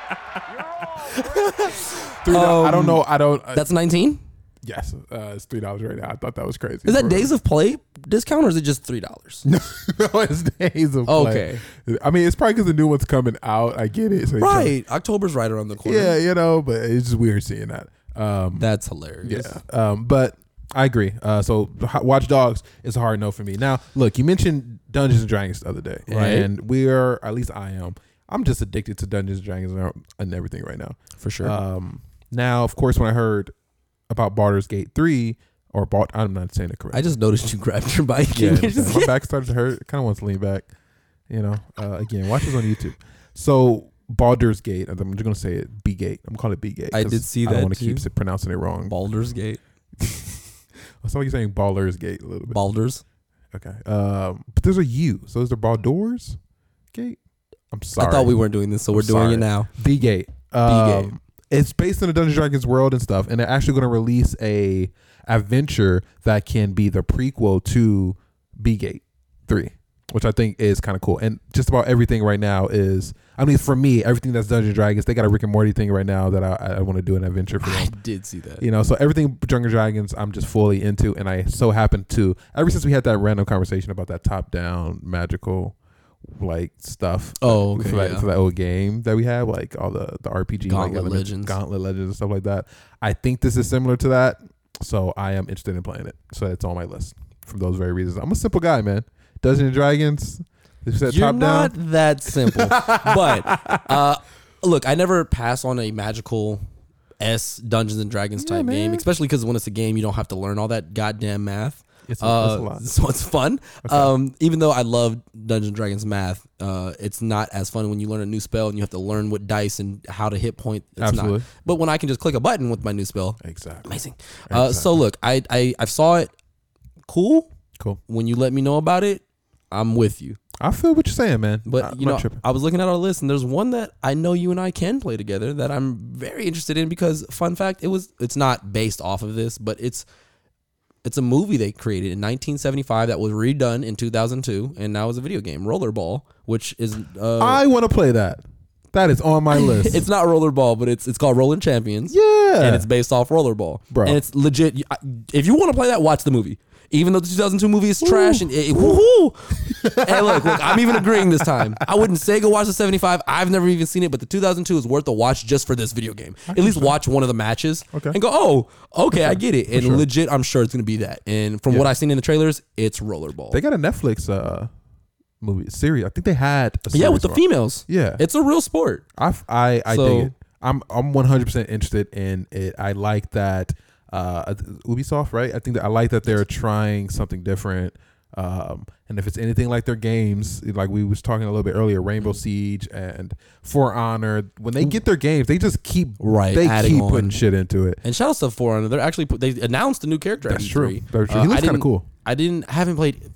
Three dollars.
Um,
I don't know. I don't. Uh,
That's nineteen.
yes, uh, it's three dollars right now. I thought that was crazy.
Is that
Bro.
Days of Play discount or is it just three dollars?
no, it's days of play. I mean, it's probably because the new one's coming out. I get it. So they try-
Right, October's right around the corner.
Yeah, you know, but it's just weird seeing that. Um,
that's hilarious.
yeah. Um, but I agree. Uh, so Ho- Watch Dogs is a hard no for me. Now, look, you mentioned Dungeons and Dragons the other day,
Right.
and we are at least I am. I'm just addicted to Dungeons and Dragons and- and everything right now.
for sure.
Um, now, of course, when I heard about Baldur's Gate three or Bald, I'm not saying it correctly.
I just noticed you grabbed your bike.
Yeah,
and
it
you
was
just-
bad. my back started to hurt. Kind of wants to lean back. You know, uh, again, watch this on YouTube. So Baldur's Gate. I'm just gonna say it. B Gate. I'm calling it B Gate.
I
'cause
did see
I
that
want to keep
too.
s- pronouncing it wrong.
Baldur's Gate.
I sound like you're saying Baldur's Gate a little bit.
Baldur's.
okay. Um, but there's a U. So is there Baldur's Gate? I'm sorry.
I thought we weren't doing this, so we're
I'm
doing
sorry.
it now.
B Gate.
Gate.
Um, It's based in the Dungeons and Dragons world and stuff, and they're actually going to release a adventure that can be the prequel to B Gate Three, which I think is kind of cool. And just about everything right now is, I mean, for me, everything that's Dungeons and Dragons, they got a Rick and Morty thing right now that I, I want to do an adventure for them.
did see that.
You know, so everything Dungeons and Dragons, I'm just fully into, and I so happen to. Ever since we had that random conversation about that top-down magical, like stuff,
Oh, okay,
for, that,
yeah.
for that old game that we had, like all the the RPG, like
Gauntlet
elements,
Legends.
Gauntlet Legends, and stuff like that. I think this is similar to that, so I am interested in playing it. So it's on my list for those very reasons. I'm a simple guy, man. Dungeons and Dragons, you said
You're
top
not
down.
that simple. but uh, look, I never pass on a magical S Dungeons and Dragons type game,
man.
especially because when it's a game, you don't have to learn all that goddamn math.
It's a-
uh,
it's a lot.
So it's fun. Um, even though I love Dungeons and Dragons math, uh, it's not as fun when you learn a new spell and you have to learn what dice and how to hit point. It's Not.
Absolutely.
But when I can just click a button with my new spell,
Exactly.
amazing. Uh, so look, I, I I saw it. Cool.
Cool.
When you let me know about it, I'm with you.
I feel what you're saying, man.
But
I'm
you
not
know,
tripping.
I was looking at our list, and there's one that I know you and I can play together that I'm very interested in because, fun fact, it was it's not based off of this, but it's it's a movie they created in 1975 that was redone in 2002, and now is a video game, Rollerball, which is uh,
I want to play that. That is on my list.
it's not Rollerball, but it's it's called Rolling Champions,
Yeah.
and it's based off Rollerball,
Bro.
and it's legit. you- I- If you want to play that, watch the movie. Even though the 2002 movie is trash and it, woohoo. hey, look, look, I'm even agreeing this time. I wouldn't say go watch the 75. I've never even seen it, but the 2002 is worth a watch just for this video game. At least watch one of the matches
Okay.
and go, oh, okay, I get it. And legit, I'm sure it's gonna be that. And from what I've seen in the trailers, it's Rollerball.
they got a Netflix uh movie series. I think they had a
yeah,
series
with the
for-
females,
Yeah.
it's a real sport.
I f- I, I
So-
dig it. I'm I'm 100% interested in it. I like that uh Ubisoft, right? I think that I like that they're trying something different. Um, and if it's anything like their games, like we was talking a little bit earlier, Rainbow Siege and For Honor, when they get their games, they just keep
Right,
They
adding
keep
on.
putting shit into it.
And shout out to Forerunner. They're actually put, they announced a new character. at
That's
E3.
true. That's true. He looks
Uh, I
kinda
didn't-
cool.
I didn't. I haven't played.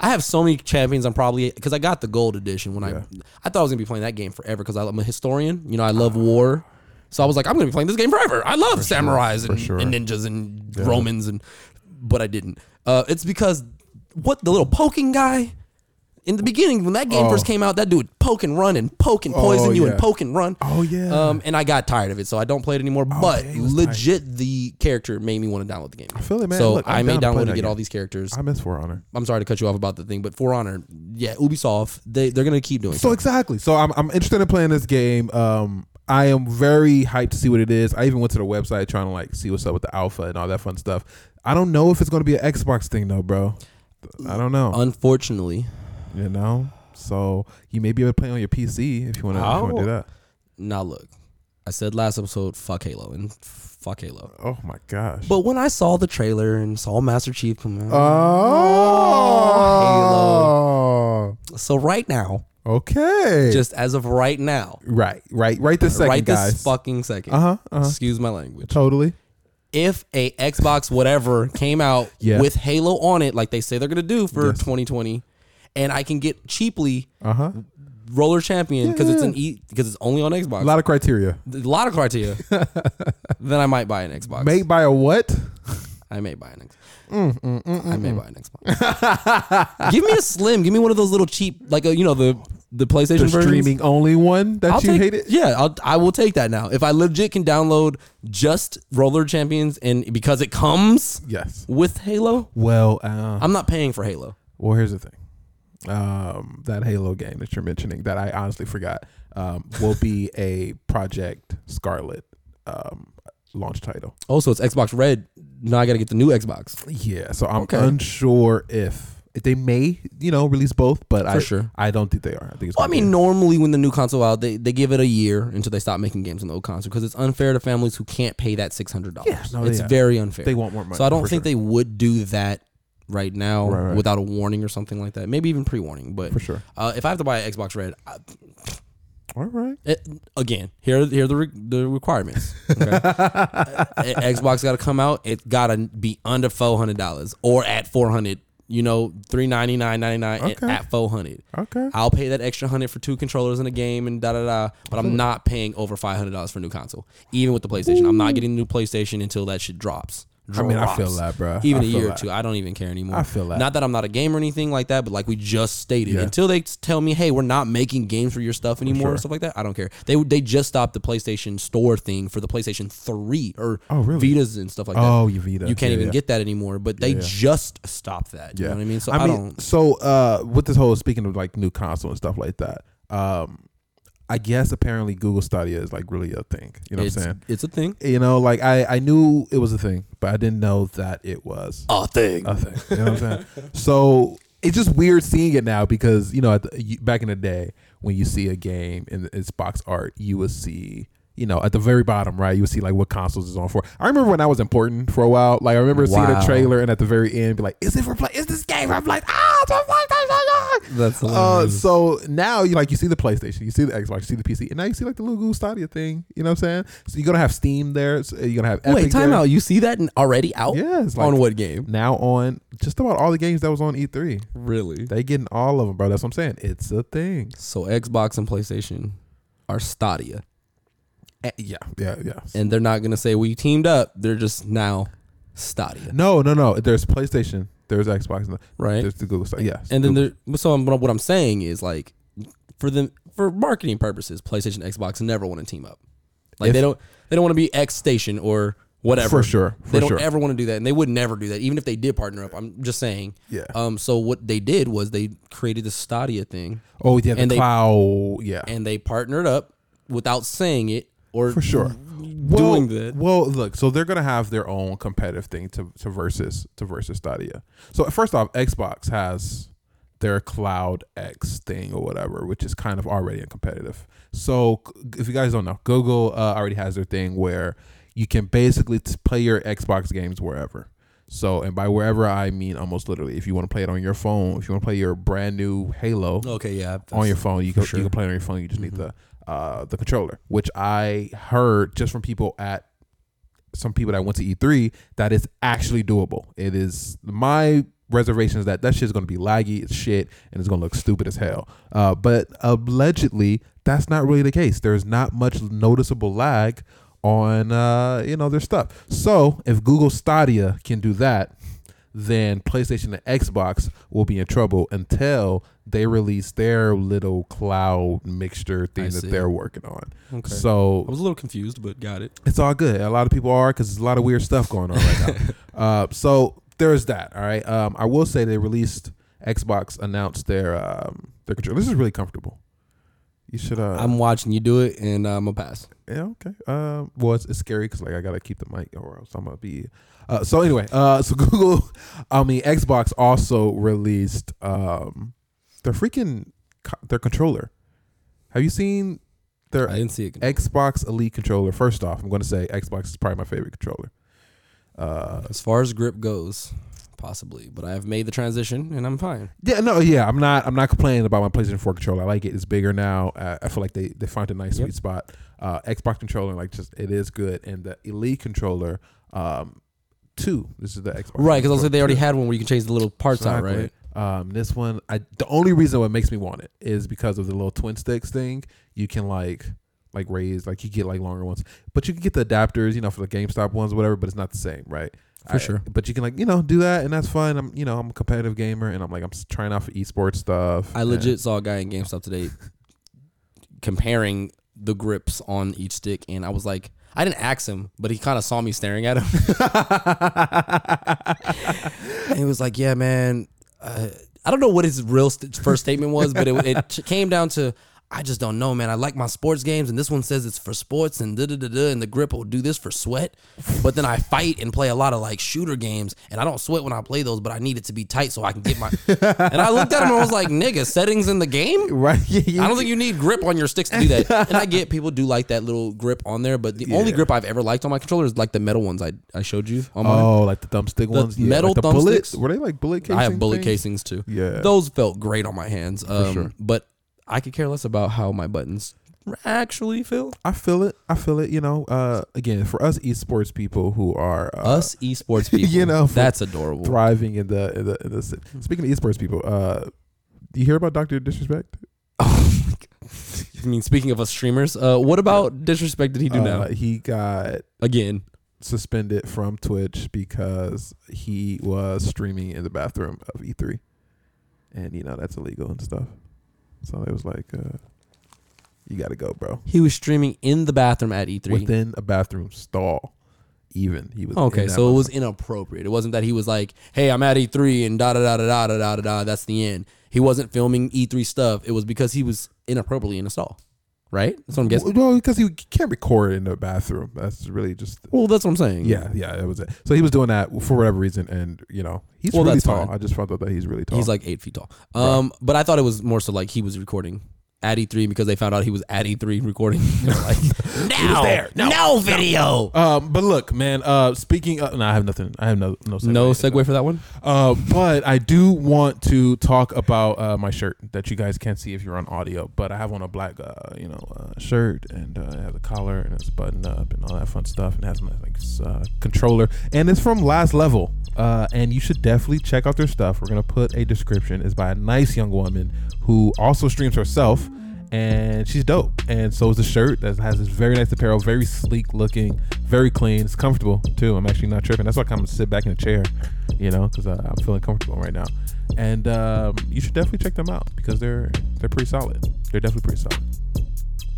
I have so many champions. I'm probably because I got the gold edition when I. I thought I was gonna be playing that game forever because I'm a historian. You know, I love war. So I was like, I'm gonna be playing this game forever. I love samurais and,
sure.
and ninjas and Romans and, but I didn't. Uh, it's because what the little poking guy. In the beginning, when that game
Oh.
first came out, that dude poke and run and poke and poison
Oh,
you
yeah.
and poke and run.
Oh, yeah.
Um, and I got tired of it, so I don't play it anymore. but
Oh, yeah, he was
legit, the character made me want to download the game. I
feel it, man.
So
Look, I'm
I may
down to play
download and
that
get all
game.
these characters.
I miss For Honor.
I'm sorry to cut you off about the thing, but For Honor, yeah, Ubisoft, they they're gonna keep doing.
So exactly. So I'm, I'm interested in playing this game. Um, I am very hyped to see what it is. I even went to the website trying to like see what's up with the alpha and all that fun stuff. I don't know if it's going to be an Xbox thing though, bro. I don't know.
Unfortunately,
you know. So you may be able to play on your PC if you want to do that.
now look, I said last episode, fuck Halo and fuck Halo.
Oh my gosh.
But when I saw the trailer and saw Master Chief come out,
oh,
so right now,
Halo. Okay.
just as of right now,
right, right, right this second,
right
guys.
this fucking 2nd
uh-huh, uh-huh.
Excuse my language.
Totally.
if a Xbox whatever came out
Yeah.
with Halo on it, like they say they're gonna do for 2020, and I can get cheaply
Uh-huh.
Roller Champion because it's
Yeah.
an E because it's only on Xbox.
A lot of criteria.
a lot of criteria. then I might buy an Xbox.
Made by a what?
I may buy an Xbox.
Mm,
I may buy an Xbox. give me a slim. Give me one of those little cheap, like a you know the the PlayStation
The
versions,
streaming only one that
I'll
you
take,
hated.
Yeah, I'll, I will take that now. If I legit can download just Roller Champions and because it comes
Yes.
with Halo,
Well, uh,
I'm not paying for Halo.
Well, here's the thing. Um, that Halo game that you're mentioning that I honestly forgot um, will be a Project Scarlet um, launch title.
Oh, so it's Xbox Red. Now I got to get the new Xbox.
Yeah, so I'm
Okay.
unsure if they may, you know, release both, but I
sure.
I don't think they are. I think it's.
Well, I
gonna be-
mean, normally when the new console out, they, they give it a year until they stop making games on the old console because it's unfair to families who can't pay that six hundred dollars.
Yeah, no,
it's
yeah.
very unfair.
they want more money.
so I don't
for
think
sure.
they would do that right now
Right, right.
without a warning or something like that. Maybe even pre-warning. But
for sure.
uh, if I have to buy an Xbox Red, I,
All right.
it, Eh, again, here here are the re- the requirements. Okay? Uh, Xbox got to come out. It got to be under four hundred dollars or at four hundred. You know, three ninety nine ninety nine
Okay.
at four hundred.
Okay.
I'll pay that extra hundred for two controllers in a game and da da da. But I'm not paying over five hundred dollars for a new console, even with the PlayStation. I'm not getting a new PlayStation until that shit drops.
I mean, I feel
Drops.
that, bro.
Even
I
a
feel
year or
that.
two, I don't even care anymore.
I feel that.
Not that I'm not a game or anything like that, but like we just stated,
Yeah.
until they tell me, hey, we're not making games for your stuff anymore
sure.
and stuff like that, I don't care. They they just stopped the PlayStation Store thing for the PlayStation Three or
Oh, really?
Vitas and stuff like that.
Oh, you Vita.
You can't
Yeah,
even
yeah.
get that anymore, but they
Yeah, yeah.
just stopped that. You know what I mean? So I, don't.
So uh, with this whole speaking of like new console and stuff like that, um, I guess apparently Google Stadia is like really a thing. You know
it's,
what I'm
it's a thing.
saying? You know, like I I knew it was a thing, but I didn't know that it was
A thing.
a thing. You know what I'm saying? So it's just weird seeing it now because you know at the, you, back in the day when you see a game in its box art, you would see. You know, at the very bottom, right, you would see like what consoles is on for. I remember when I was important for a while. Like I remember seeing
Wow.
a trailer and at the very end, be like, "Is it for play? Is this game?" I'm like, "Ah, it's for PlayStation."
That's
Uh,
hilarious.
so now you like you see the PlayStation, you see the Xbox, you see the PC, and now you see like the little Google Stadia thing. You know what I'm saying? So you're gonna have Steam there. So you're gonna have Epic
Wait, time
there.
out. You see that n- already out?
Yeah, it's like
on what game?
now on just about all the games that was on E3.
Really?
They getting all of them, bro. That's what I'm saying. It's a thing.
So Xbox and PlayStation are Stadia,
yeah, yeah, yeah.
and they're not gonna say we teamed up. They're just now Stadia,
no, no, no. There's PlayStation. There's Xbox. and
right?
There's the Google Stadia. Yeah.
and then there. So I'm, what I'm saying is like, for them for marketing purposes, PlayStation, Xbox never want to team up. Like
If-
they don't. They don't want to be X Station or whatever.
for sure,
they
for
don't
sure.
ever want to do that, and they would never do that, even if they did partner up. I'm just saying.
Yeah.
Um. So what they did was they created the Stadia thing.
oh yeah, the
and they-
cloud. yeah.
and they partnered up without saying it or
for sure.
doing
well,
that.
Well, look, so they're gonna have their own competitive thing to, to versus to versus Stadia. So first off, Xbox has their Cloud X thing or whatever, which is kind of already a competitive. So c- if you guys don't know, Google uh, already has their thing where you can basically t- play your Xbox games wherever. So and by wherever I mean almost literally, if you want to play it on your phone, if you want to play your brand new Halo,
Okay, yeah.
on your phone. You can
sure.
you can play it on your phone. You just need the uh, the controller, which I heard just from people at some people that went to E3 that it's actually doable. It is my reservation is that that shit's gonna be laggy, it's shit, and it's gonna look stupid as hell. Uh, but allegedly, that's not really the case. There's not much noticeable lag on uh, you know their stuff. So if Google Stadia can do that, then PlayStation and Xbox will be in trouble until they release their little cloud mixture thing that
see.
they're working on.
Okay.
So
I was a little confused, but got it.
it's all good. A lot of people are because there's a lot of weird stuff going on right now. Uh, so there's that. All right. Um, I will say they released Xbox announced their um, their control. This is really comfortable. You should. Uh,
I'm watching you do it, and I'm gonna pass.
yeah. Okay. Um, well, it's, it's scary because like I gotta keep the mic or else I'm gonna be. Uh, so anyway, uh, so Google, I mean Xbox also released um, their freaking co- their controller. Have you seen their
I didn't see it.
Xbox Elite controller. First off, I'm going to say Xbox is probably my favorite controller. Uh,
As far as grip goes, possibly, but I have made the transition, and I'm fine.
yeah, no, yeah, I'm not, I'm not complaining about my PlayStation 4 controller. I like it. It's bigger now. Uh, I feel like they they found a nice
Yep.
sweet spot. Uh, Xbox controller, like, just it is good, and the Elite controller, um, two. This is the Xbox,
Right, because I
controller
said they already
two.
had one where you can change the little parts out, right?
Exactly. Um, this one, I the only reason what makes me want it is because of the little twin sticks thing. You can like like raise like you get like longer ones, but you can get the adapters, you know, for the GameStop ones, whatever. But it's not the same, right?
For sure.
But you can like you know do that, and that's fun. I'm you know I'm a competitive gamer, and I'm like I'm s- trying out for esports stuff.
I
and-
legit saw a guy in GameStop today comparing the grips on each stick, and I was like, I didn't ask him, but he kind of saw me staring at him. and he was like, "Yeah, man, uh, I don't know what his real st- first statement was, but it, it ch- came down to." I just don't know, man. I like my sports games, and this one says it's for sports, and da da da da. And the grip will do this for sweat, but then I fight and play a lot of like shooter games, and I don't sweat when I play those, but I need it to be tight so I can get my. and I looked at him and I was like, "Nigga, settings in the game?
right. Yeah, you-
I don't think you need grip on your sticks to do that. And I get people do like that little grip on there, but the only grip I've ever liked on my controller is like the metal ones I, I showed you. On mine.
Oh, like the thumbstick ones, yeah,
metal
like the bullets.
thumbsticks?
Were they like bullet Oh, casing?
I have bullet
things?
casings too.
Yeah.
Those felt great on my hands. Um, But I could care less about how my buttons actually feel.
I feel it. I feel it. You know, uh, again, for us esports people who are uh,
Us esports people,
You know, for-
that's adorable.
thriving in the in the, in the si-
Hmm.
speaking of esports people, uh, do you hear about Doctor Disrespect?
I mean, speaking of us streamers, uh, what about disrespect did he do
uh,
now?
He got
Again,
suspended from Twitch because he was streaming in the bathroom of E3, and you know that's illegal and stuff. So it was like, uh, you got to go, bro.
he was streaming in the bathroom at E E3.
Within a bathroom stall, even he was in
Okay,
that
so it
motherfucker.
was inappropriate. It wasn't that he was like, "Hey, I'm at E3 and da da da da da da da da da." That's the end. He wasn't filming E3 stuff. It was because he was inappropriately in a stall, right? That's what I'm guessing.
Well, because he can't record in the bathroom. That's really just
Well, that's what I'm saying.
yeah, yeah. That was it. So he was doing that for whatever reason, and you know he's
Well,
really
that's
tall.
fine.
I just found out that he's really tall.
he's like eight feet tall. Um, but I thought it was more so like he was recording at E3 because they found out he was at E3 recording. They were like, now,
there.
no, video.
um, but look, man. Uh, speaking, of, no, I have nothing. I have no no segue.
No segue for that one.
Uh, but I do want to talk about uh, my shirt that you guys can't see if you're on audio. But I have on a black, uh, you know, uh, shirt and uh, it has a collar and it's buttoned up and all that fun stuff and it has my like s- uh, controller and it's from Last Level. Uh, and you should definitely check out their stuff. We're gonna put a description. It's by a nice young woman who also streams herself and she's dope. And so is the shirt that has this very nice apparel, very sleek looking, very clean. It's comfortable too. I'm actually not tripping. That's why I come sit back in a chair, you know, because I'm feeling comfortable right now. And um, you should definitely check them out because they're they're pretty solid. They're definitely pretty solid.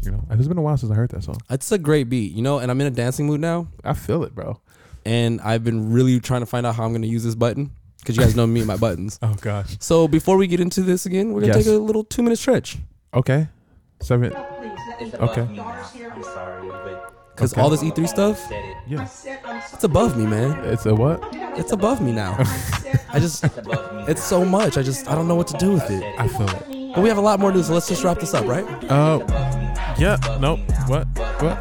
You know, it's been a while since I heard that song.
It's a great beat, you know, and I'm in a dancing mood now.
I feel it, bro.
And I've been really trying to find out how I'm going to use this button because you guys know me and my buttons.
Oh gosh.
So before we get into this again, we're gonna
Yes.
take a little two minute stretch
Okay. Seven. Okay.
Above me now. I'm sorry, but
because all this E3 stuff,
said it.
Yeah.
it's above me, man.
It's a what?
It's above me now. I just,
Above me
it's so much. I just, I don't know what to do with it.
I feel it.
But we have a lot more to do, so let's just wrap this up, right?
Uh, yeah. Nope. What? What?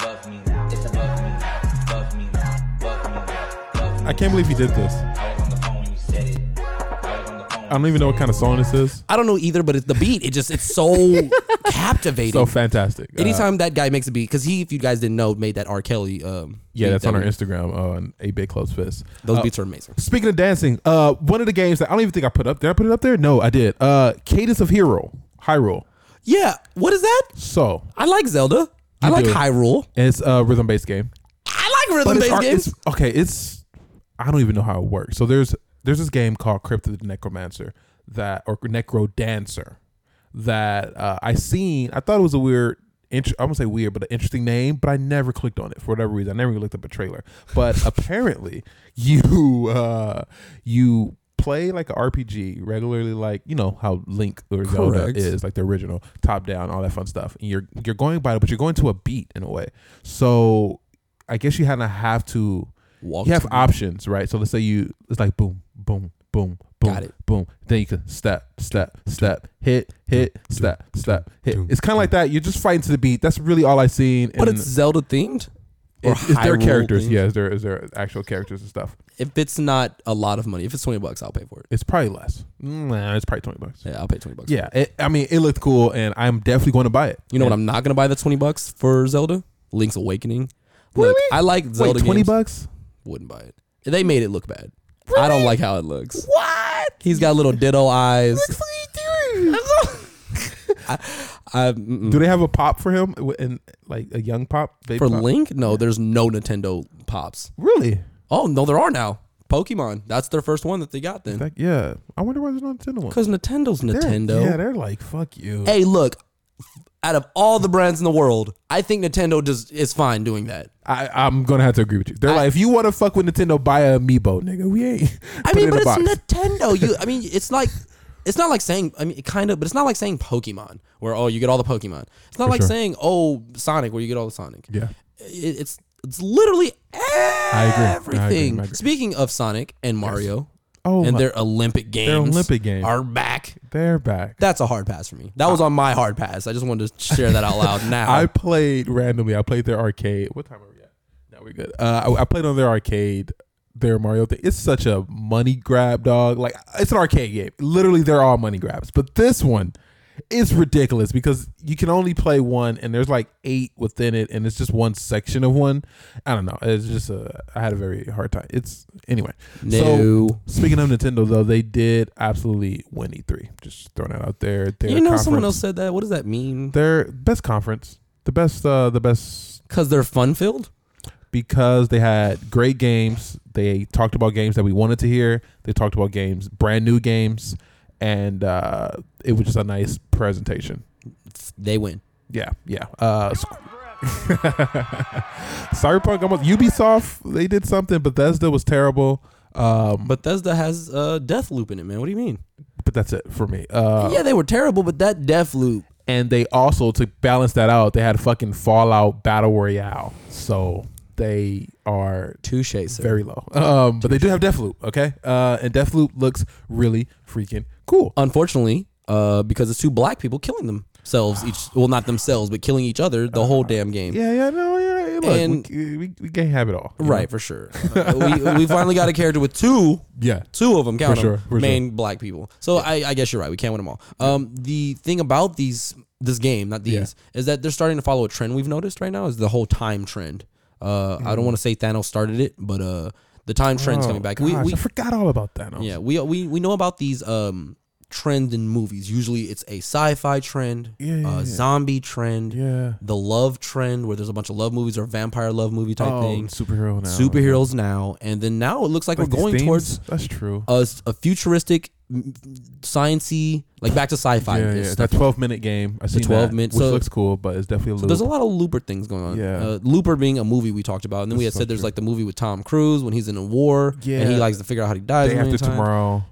above me now. It's above me now. Above me now. Above me now. Above me
I can't believe you did this.
now. I was on the phone when you said it. I was on the phone.
I don't even know what kind of song this is.
I don't know either, but it's the beat. It just, it's so captivating.
So fantastic. Uh,
Anytime that guy makes a beat, because he, if you guys didn't know, made that R. Kelly. Um,
Yeah,
beat
that's on
that
our
we-
Instagram uh, on a big close fist.
Those
Uh,
beats are amazing.
Speaking of dancing, uh, one of the games that I don't even think I put up. Did I put it up there? No, I did. Uh, Cadence of Hero, Hyrule.
Yeah, what is that?
So
I like Zelda. I
You
like
do.
Hyrule.
it's a rhythm based game.
I like rhythm based
ar-
games.
okay. It's I don't even know how it works. So there's there's this game called Crypt of the Necromancer that or Necro Dancer that uh, I seen. I thought it was a weird. Int- I'm gonna say weird, but an interesting name. But I never clicked on it for whatever reason. I never even looked up a trailer. But apparently, you uh, you play like an RPG regularly, like you know how Link or Zelda
Correct.
is is like the original top down all that fun stuff and you're you're going by it but you're going to a beat in a way so i guess you kind of have to
Walk
you have
to-
options right so let's say you it's like boom boom boom boom
Got it.
boom then you can step step step hit hit step step hit it's kind of like that you're just fighting to the beat that's really all i seen
but
and
it's Zelda themed. Or
it's, it's their
Hyrule
characters
themed?
yeah is there is there actual characters and stuff
If it's not a lot of money, if it's twenty bucks, I'll pay for it.
it's probably less nah, it's probably 20 bucks
Yeah, I'll pay twenty bucks.
yeah it, i mean it looked cool and i'm definitely going to buy it
You know what? I'm not gonna buy the twenty bucks for Zelda Link's Awakening. Look,
Really?
I like Zelda.
wait 20
games.
bucks
Wouldn't buy it. They made it look bad. I don't like how it looks.
what
He's got little ditto eyes. I, mm-mm.
Do they have a pop for him W- and like a young pop? They
for
pop?
Link, no, there's no Nintendo pops.
Really?
Oh no, there are now. Pokemon. That's their first one that they got then.
Like, yeah, I wonder why there's not a Nintendo one.
Because Nintendo's
They're-
Nintendo.
Yeah, they're like fuck you.
hey, look. Out of all the brands in the world, I think Nintendo does is fine doing that.
I, I'm gonna have to agree with you. They're like, if you want to fuck with Nintendo, buy a amiibo, nigga. We ain't. put
I
it
mean,
in
but
a box.
it's Nintendo. You, I mean, it's like, it's not like saying. I mean, it kind of, but it's not like saying Pokemon, where oh, you get all the Pokemon. It's not like
sure.
saying oh, Sonic, where you get all the Sonic.
yeah.
It, it's it's literally
agree. I
everything.
agree. I agree.
Speaking of Sonic and Mario,
Oh,
and
my-
their Olympic games,
Olympic games.
are back.
they're back.
That's a hard pass for me. That was on my hard pass. I just wanted to share that out loud now.
I played randomly. I played their arcade. What time are we at? Now we're good. Uh, I, I played on their arcade, their Mario thing. It's such a money grab, dog. Like it's an arcade game. Literally, they're all money grabs. But this one is ridiculous because you can only play one, and there's like eight within it, and it's just one section of one. I don't know. It's just a. I had a very hard time. It's anyway.
No.
speaking of Nintendo, though, they did absolutely win E3. Just throwing that out there. Their
you know, someone
conference-
else said that. What does that mean?
their best conference, the best, uh, the best
Because they're fun filled.
because they had great games. They talked about games that we wanted to hear. They talked about games, brand new games, and uh, it was just a nice presentation.
They win.
Yeah, yeah. Uh, squ- Cyberpunk almost Ubisoft. They did something. Bethesda was terrible. Um, but
Bethesda has uh, death loop in it, man. What do you mean?
but that's it for me. Uh,
yeah, they were terrible, but that death loop.
And they also to balance that out, they had fucking Fallout Battle Royale. So they are
Touche, sir.
very low. Um, but they do have Deathloop, okay? Uh, and Deathloop looks really freaking cool.
Unfortunately, uh, because it's two black people killing themselves each. Well, not themselves, but killing each other the whole damn game.
Yeah, yeah, no, yeah. yeah, Look,
And-
we, we, we can't have it all, you
Right,
know?
for sure. Uh, we, we finally got a character with two,
Yeah,
two of them, count 'em,
sure, for
main black people. So I, I guess you're right. We can't win them all. Um, the thing about these, this game, not these, is that they're starting to follow a trend we've noticed right now. Is the whole time trend. Uh, I don't want to say Thanos started it, but uh, the time
Mm-hmm.
trend's
Oh,
coming back.
gosh, I forgot all about that.
Yeah, we we we know about these um trends in movies. Usually, it's a sci-fi trend,
Yeah, yeah,
a
yeah.
zombie trend,
yeah.
the love trend where there's a bunch of love movies or vampire love movie type
Oh,
things.
superhero now.
Superheroes now, and then now it looks like,
Like
we're going
these
towards
themes? that's true.
a, s- a futuristic, m- sciency, like back to sci-fi.
yeah,
and
yeah.
stuff.
That twelve minute game. I see
12
that,
minute-
which
so-
looks cool, but it's definitely a
There's a
little.
lot of Looper things going on.
Yeah.
Uh, Looper being a movie we talked about, and then we had
so
said there's
true.
like the movie with Tom Cruise when he's in a war, and he
Yeah.
likes to figure out how he dies.
Day
a million
after
times.
tomorrow,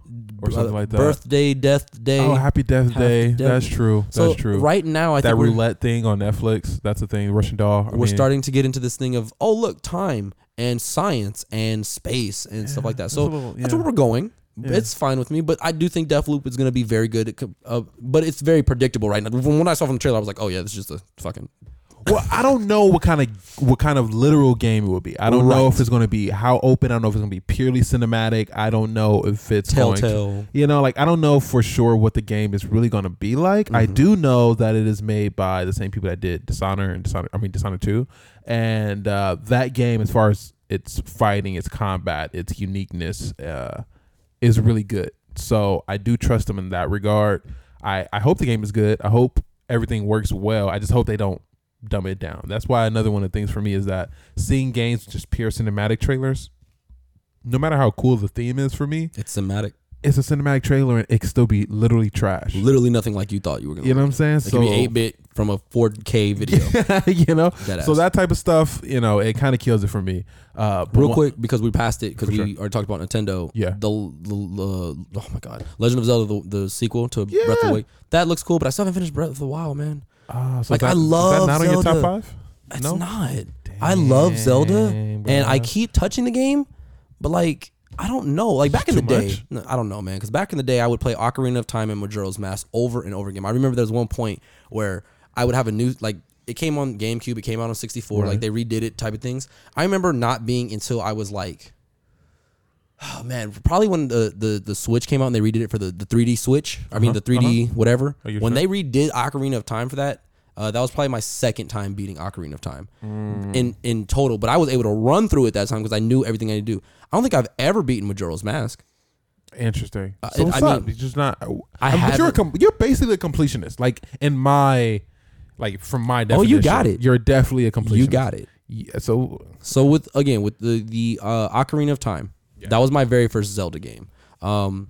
or something
Uh,
like that.
Birthday, death day.
oh, happy Death
Happy
Day.
Death-
That's true.
So
that's true.
right now, I
that
think we're,
roulette thing on Netflix. That's the thing. Russian doll. I
we're
mean,
starting to get into this thing of oh look, time and science and space and stuff like that.
it's
So
a little-
that's
yeah.
where we're going.
Yeah.
It's fine with me, but I do think Deathloop is going to be very good. It could- uh, but it's very predictable right now. From when I saw from the trailer, I was like, oh yeah, this is just a fucking
Well, I don't know what kind of what kind of literal game it will be. I don't know if it's going to be how open. I don't know if it's going to be purely cinematic. I don't know if it's going to-
telltale.
you know, like I don't know for sure what the game is really going to be like. I do know that it is made by the same people that did Dishonor and Dishonor. I mean Dishonor Two, and uh, that game, as far as its fighting, its combat, its uniqueness, uh, is really good. So I do trust them in that regard. I I hope the game is good. I hope everything works well. I just hope they don't dumb it down. That's why another one of the things for me is that seeing games with just pure cinematic trailers. No matter how cool the theme is for me,
It's cinematic.
it's a cinematic trailer and it could still be literally trash.
Literally nothing like you thought you were going to.
You know what I'm saying?
It could be eight bit from a 4K video.
you know,
Deadass.
so that type of stuff, you know, it kind of kills it for me. Uh, but
Real
one-
quick, because we passed it, because
For
we
sure.
already talked about Nintendo.
Yeah.
The, the, the- oh my god, Legend of Zelda, the, the sequel to Breath of the
Yeah.
Wild. That looks cool, but I still haven't finished Breath of the Wild, man.
Ah, so
like,
that-
I
is
love
that not on your top
Zelda.
five.
It's
No?
not. I love Zelda,
Dang,
and I
bruh.
keep touching the game, but like I don't know. Like back in the
too
day,
much?
no, I don't know, man. Because back in the day, I would play Ocarina of Time and Majora's Mask over and over again. I remember there was one point where I would have a new like. It came on GameCube. It came out on 64. Like they redid it, type of things. I remember not being until I was like, oh man, probably when the, the the Switch came out and they redid it for the, the 3D Switch. I
Uh-huh.
mean the 3D whatever.
Are you
When
sure?
they redid Ocarina of Time for that, uh, that was probably my second time beating Ocarina of Time
Mm.
in in total. But I was able to run through it that time because I knew everything I had to do. I don't think I've ever beaten Majora's Mask.
Interesting.
Uh,
So
it-
what's
I
up?
mean,
It's just not. I,
I
mean, but you're a
haven't-
com- you're basically a completionist. Like in my, like from my
Oh,
definition.
you got it.
You're definitely a completionist.
You got it.
Yeah, so
So with again with the the uh, Ocarina of Time, that was my very first Zelda game. Um,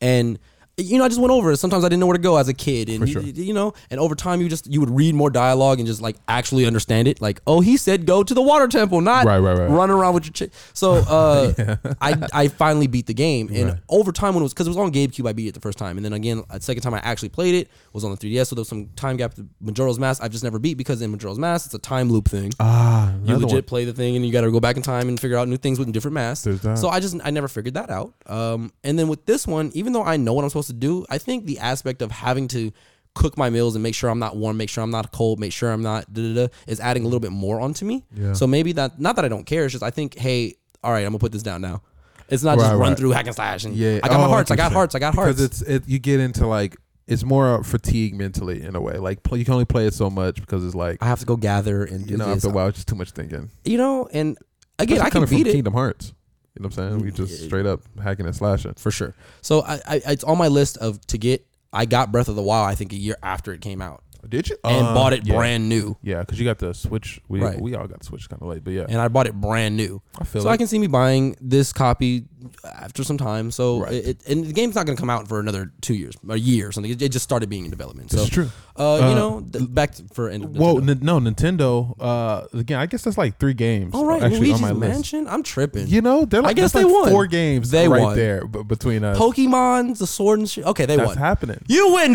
and you know I just went over it. Sometimes I didn't know where to go as a kid, and
sure.
you, you know, and over time you just you would read more dialogue and just like actually understand it. Like, oh, he said go to the water temple, not
Right, right, right.
run around with your chick. So uh, I I finally beat the game, and over time when it was because it was on GameCube, I beat it the first time, and then again the second time I actually played it was on the 3DS. So there was some time gap. to Majora's Mask I've just never beat because in Majora's Mask it's a time loop thing
ah,
you
another
legit
one.
play the thing and you got to go back in time and figure out new things with different masks.
There's that.
So I just I never figured that out. Um, and then with this one, even though I know what I'm supposed to do, I think the aspect of having to cook my meals and make sure I'm not warm, make sure I'm not cold, make sure I'm not da da da is adding a little bit more onto me.
Yeah.
So maybe that not that I don't care, it's just I think hey, all right, I'm gonna put this down now. It's not just
Right,
run
right.
through hack and slash. And
Yeah,
I got my
oh,
hearts. I
get
got
you.
hearts. I got hearts.
Because it's it, you get into like it's more fatigue mentally in a way. Like play, you can only play it so much because it's like
I have to go gather and do
you know
this.
after a while it's just too much thinking.
You know, and again, I
Especially
can
coming from
beat it.
Kingdom Hearts. You know what I'm saying? We just straight up hacking and slashing.
for sure. So I, I it's on my list of to get. I got Breath of the Wild. I think a year after it came out,
Did you?
and bought it
Uh, yeah.
brand new.
Yeah, because you got the Switch. We,
Right.
we all got the Switch kind of late, but yeah.
And I bought it brand new. I
feel
so
it.
I can see me buying this copy after some time. So
Right.
it, it- and the game's not going to come out for another two years, a year or something. It, it just started being in development. So
It's true.
Uh,
Uh,
you know, th- back to, for end. Of
Well,
Nintendo.
n- no, Nintendo. Uh, again, I guess that's like three games.
all right,
actually on
Luigi's
my list.
Mansion. I'm tripping.
You know, they're like,
I guess
that's
they
like
won.
four games
They
right
won.
there b- between us.
Pokemon, the Sword and shit. Okay, they
that's
won.
happening.
you win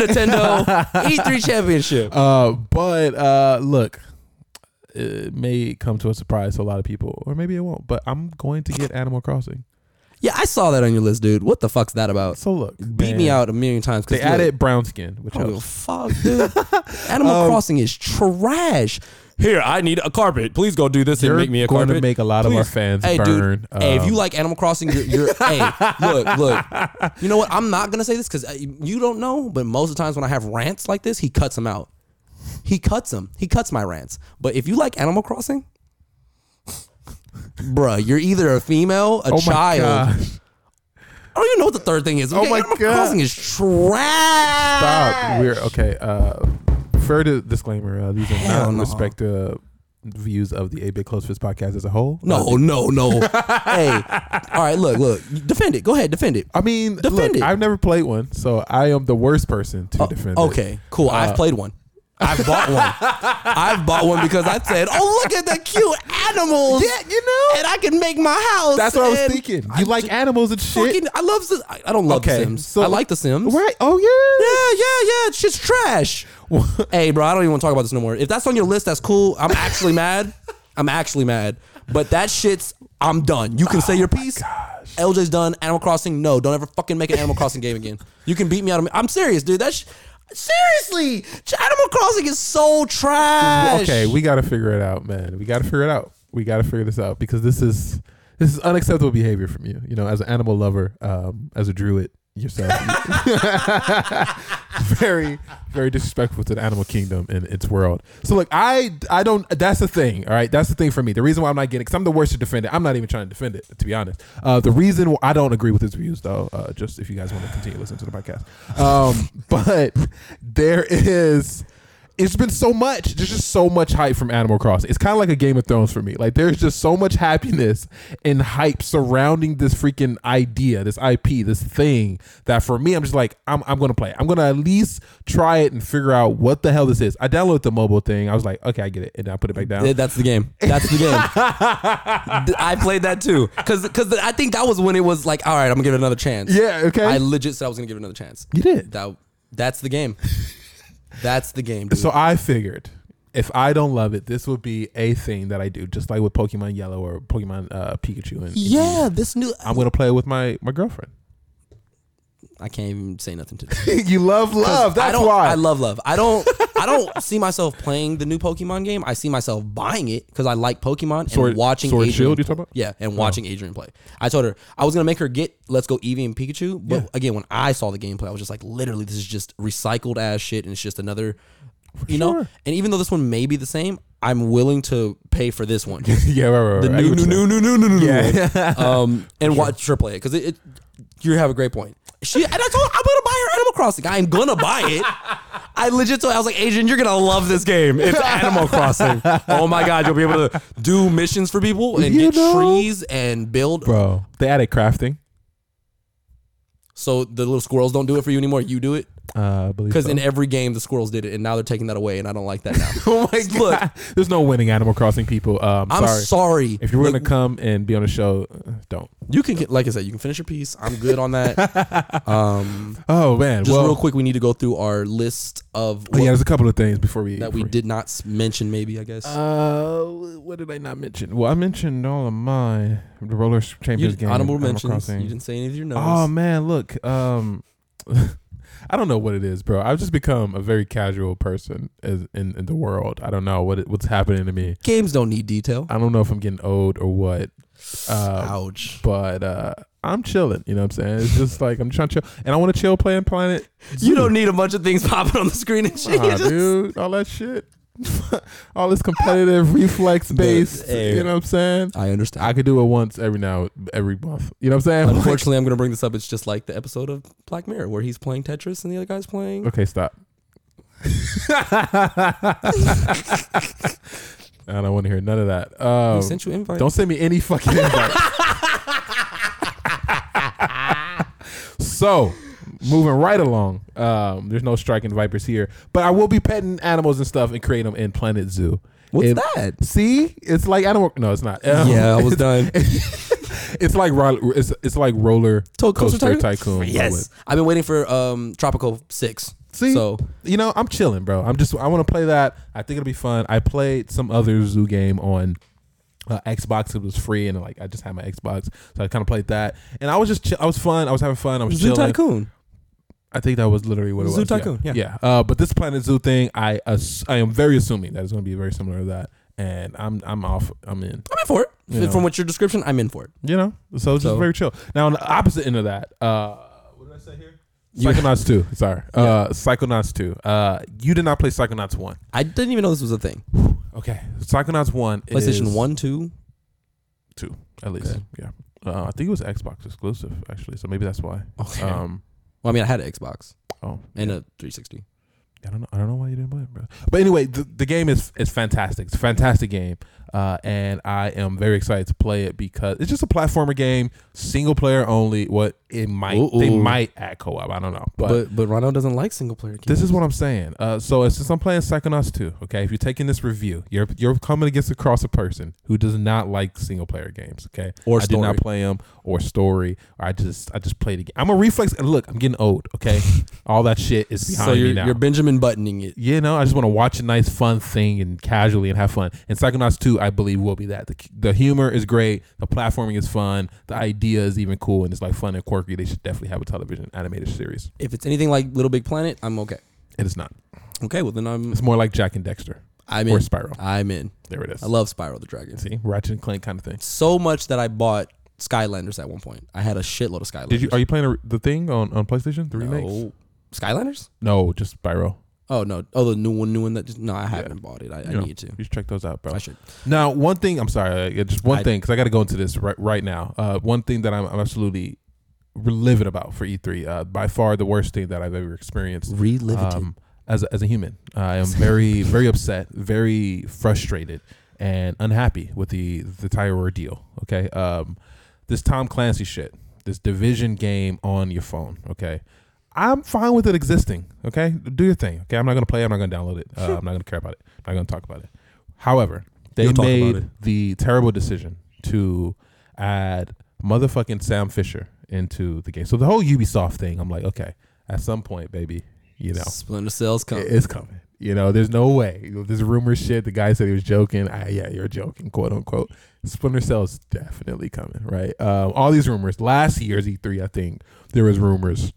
Nintendo E3 Championship.
Uh, but uh, look, it may come to a surprise to a lot of people, or maybe it won't. But I'm going to get Animal Crossing.
yeah, I saw that on your list, dude. What the fuck's that about?
So look,
beat me
man,
out a million times. 'cause
They
look,
added brown skin, which
I don't give a
helps.
fuck, dude. Animal
Um,
Crossing is trash. Here, I need a carpet. Please go do this
You're going to make a lot of our fans
Hey,
burn.
dude. hey, if
um,
you like Animal Crossing, you're, you're hey, look, look. You know what? I'm not gonna say this because you don't know, but most of the times when I have rants like this, he cuts them out. He cuts them. He cuts my rants. But if you like Animal Crossing, bruh, you're either a female, a
oh my
child,
gosh.
I don't even know what the third thing is.
Oh my
Animal
God.
Crossing is trash.
Stop. We're okay. Uh, fair to disclaimer. Uh, these are
Hell
not
no.
respect the views of the A Bit Close Fist podcast as a whole. Uh,
No, no, no. hey, all right, look, look. Defend it. Go ahead, defend it.
I mean,
Defend
look,
it. Oh,
I've never played one, so I am the worst person to defend. it.
Okay, cool.
Uh,
I've played one. I've bought one. I've bought one because I said, "Oh, look at the cute animals." Yeah, you know. And I can make my house.
that's what I was
and
thinking. You
I
like
just
animals and shit,
Fucking, I love. The, I, I don't love The
Okay,
Sims.
so-
I like The Sims.
right? Oh yeah.
Yeah, yeah, yeah. It's just trash. hey, bro, I don't even want to talk about this no more. If that's on your list, that's cool. I'm actually mad. I'm actually mad. But that shit's, I'm done. You can say your
Oh
piece. LJ's done. Animal Crossing, no. Don't ever fucking make an Animal Crossing game again. You can beat me out of I'm serious, dude. That's. Sh- Seriously, Animal Crossing is so trash.
Okay, we got to figure it out, man. We got to figure it out. We got to figure this out because this is this is unacceptable behavior from you. You know, as an animal lover, um, as a druid yourself, you- very very disrespectful to the animal kingdom and its world. So look, I I don't. That's the thing. All right, that's the thing for me. The reason why I'm not getting, because I'm the worst to defend it. I'm not even trying to defend it, to be honest. Uh, the reason why I don't agree with his views, though, uh, just if you guys want to continue listening to the podcast, um, but there is it's been so much. There's just so much hype from Animal Crossing. It's kind of like a Game of Thrones for me. Like there's just so much happiness and hype surrounding this freaking idea, this IP, this thing that for me, I'm just like, I'm, I'm gonna play. it. I'm gonna at least try it and figure out what the hell this is. I downloaded the mobile thing. I was like, okay, I get it, and I put it back down.
Th- That's the game. That's the game. Th- I played that too, cause, 'cause I think that was when it was like, all right, I'm gonna give it another chance.
yeah. Okay.
I legit said I was gonna give it another chance.
you did.
That that's the game. that's the game, dude.
So I figured if I don't love it, this would be a thing that I do, just like with Pokemon Yellow or Pokemon uh, Pikachu. And, and
yeah, this new.
I'm gonna play it with my my girlfriend.
I can't even say nothing to this.
you love love.
I don't, I love love. I don't. I don't see myself playing the new Pokemon game. I see myself buying it because I like Pokemon and
Sword-
watching
Sword and
Adrian.
Shield you talking about? Oh.
Yeah, and watching Adrian play. I told her I was gonna make her get Let's Go Eevee and Pikachu, but
Yeah.
again, when I saw the gameplay, I was just like, literally, this is just recycled ass shit, and it's just another, you know.
sure.
And even though this one may be the same, I'm willing to pay for this one.
yeah, right, right, right.
the
I get
new,
what
new,
you're saying.
new, new, new, new, new,
Yeah.
um, and watch her play it because it, it. You have a great point. She and I told her, I'm gonna buy her Animal Crossing. I am gonna buy it. I legit told I was like, Adrian, you're gonna love this game. It's Animal Crossing. Oh my god, you'll be able to do missions for people and
You
get
know?
trees and build.
bro. They added crafting.
So the little squirrels don't do it for you anymore. You do it
Uh, I believe
because
so.
in every game the squirrels did it, and now they're taking that away, and I don't like that now.
oh my
Look.
god, there's no winning Animal Crossing people. Um,
I'm
sorry.
sorry.
If you were
Look,
gonna come and be on the show, uh, don't.
you can get like I said, you can finish your piece. I'm good on that. um,
Oh man,
just
well,
real quick, we need to go through our list of
oh,
what-
yeah, there's a couple of things before we
that we
before
did not s- mention. Maybe I guess.
Uh, what did I not mention? Well, I mentioned all of mine. The Roller
You,
Champions game,
honorable
Animal
mentions.
Crossing.
You didn't say anything. You know.
Oh man, look. Um, I don't know what it is, bro. I've just become a very casual person as, in in the world. I don't know what it, what's happening to me.
games don't need detail.
I don't know if I'm getting old or what, uh,
Ouch.
but uh, I'm chilling. You know what I'm saying? It's just like I'm trying to chill, and I want to chill playing Planet.
You don't need a bunch of things popping on the screen and shit.
Nah, Ah, dude, all that shit, all this competitive reflex based.
hey.
You know what I'm saying?
I understand.
I could do it once every now every month. You know what I'm saying? Like-
Unfortunately, I'm going to bring this up. It's just like the episode of Black Mirror where he's playing Tetris and the other guy's playing.
okay, stop. I don't want to hear none of that.
we
Um,
sent you invite.
don't send me any fucking invite. so, moving right along. Um, there's no striking vipers here, but I will be petting animals and stuff and creating them in Planet Zoo.
What's
It-
that?
See, it's like animal. No, it's not. Um,
Yeah, I was done.
It's like ro- it's it's like roller
Told
coaster, tycoon.
Yes, I've been waiting for um Tropical Six.
See,
so
you know, I'm chilling, bro. I'm just I want to play that. I think it'll be fun. I played some other zoo game on uh, Xbox. It was free, and like I just had my Xbox, so I kind of played that. And I was just chill. I was fun. I was having fun. I was
Zoo
chilling.
Tycoon.
I think that was literally what it
Zoo
was.
Tycoon, yeah.
yeah. Uh, but this Planet Zoo thing, I ass- I am very assuming that it's going to be very similar to that. And I'm I'm off. I'm in.
I'm in for it.
You know.
From what your description, I'm in for it.
You know, so it's
So-
just very chill. Now on the opposite end of that, uh, what did I say here?
You-
Psychonauts two. Sorry, uh, Psychonauts two. Uh, you did not play Psychonauts one.
I didn't even know this was a thing.
Okay, Psychonauts one.
PlayStation
is
One, Two.
two at least.
Okay.
Yeah, uh, I think it was Xbox exclusive actually, so maybe that's why.
Okay.
Um,
well, I mean, I had an Xbox
oh,
and a 360.
I don't know. I don't know why you didn't play it, bro. But anyway, the, the game is is fantastic. It's a fantastic game, uh, and I am very excited to play it because it's just a platformer game, single player only. What it might they
Ooh-ooh.
might add co op. I don't know, but.
But but Ronald doesn't like single player games.
this is what I'm saying. Uh, so since I'm playing Psychonauts 2, okay, if you're taking this review, you're you're coming against across a person who does not like single player games, okay? I
Or
did
story.
not play them or story. Or I just I just played again. I'm a reflex, and look, I'm getting old, okay? All that shit is behind
so
me
you're,
now
you're Benjamin buttoning it.
you know, I just want to watch a nice, fun thing and casually and have fun. And Psychonauts 2, I believe, will be that. The, the humor is great. The platforming is fun. The idea is even cool and it's like fun and quirky. They should definitely have a television animated series.
If it's anything like Little Big Planet, I'm okay.
It is not.
Okay, well then I'm
It's more like Jack and Dexter
I'm
or
in.
Spiral.
I'm in.
There it is.
I love Spiral the Dragon.
See, Ratchet and Clank kind of thing.
So much that I bought Skylanders at one point. I had a shitload of Skylanders.
Did you? Are you playing a, the thing on, on PlayStation? The remakes?
no. Skylanders?
No, just Spiral.
Oh no. Oh, the new one, new one that just no, I haven't bought it. I, I
You know,
need to.
You should check those out, bro.
I should.
Now, one thing I'm sorry, uh, just one
I-
thing because I got to go into this right right now. Uh, one thing that I'm, I'm absolutely livid about for E3, uh, by far the worst thing that I've ever experienced
Relive it.
um, as a, as a human. I am very very upset, very frustrated, and unhappy with the the entire ordeal. Okay, um, this Tom Clancy shit, this division game on your phone. Okay. I'm fine with it existing. Okay, do your thing. Okay, I'm not gonna play. it, I'm not gonna download it. Uh, I'm not gonna care about it. I'm not gonna talk about it. However, they
You'll talk about
made
it.
the terrible decision to add motherfucking Sam Fisher into the game. So the whole Ubisoft thing, I'm like, okay, at some point, baby, you know,
Splinter Cell's coming.
it's coming. You know, there's no way. You know, This rumor shit. The guy said he was joking. Ah, yeah, you're joking, quote unquote. Splinter Cell's definitely coming, right? Um, all these rumors. Last year's E3, I think there was rumors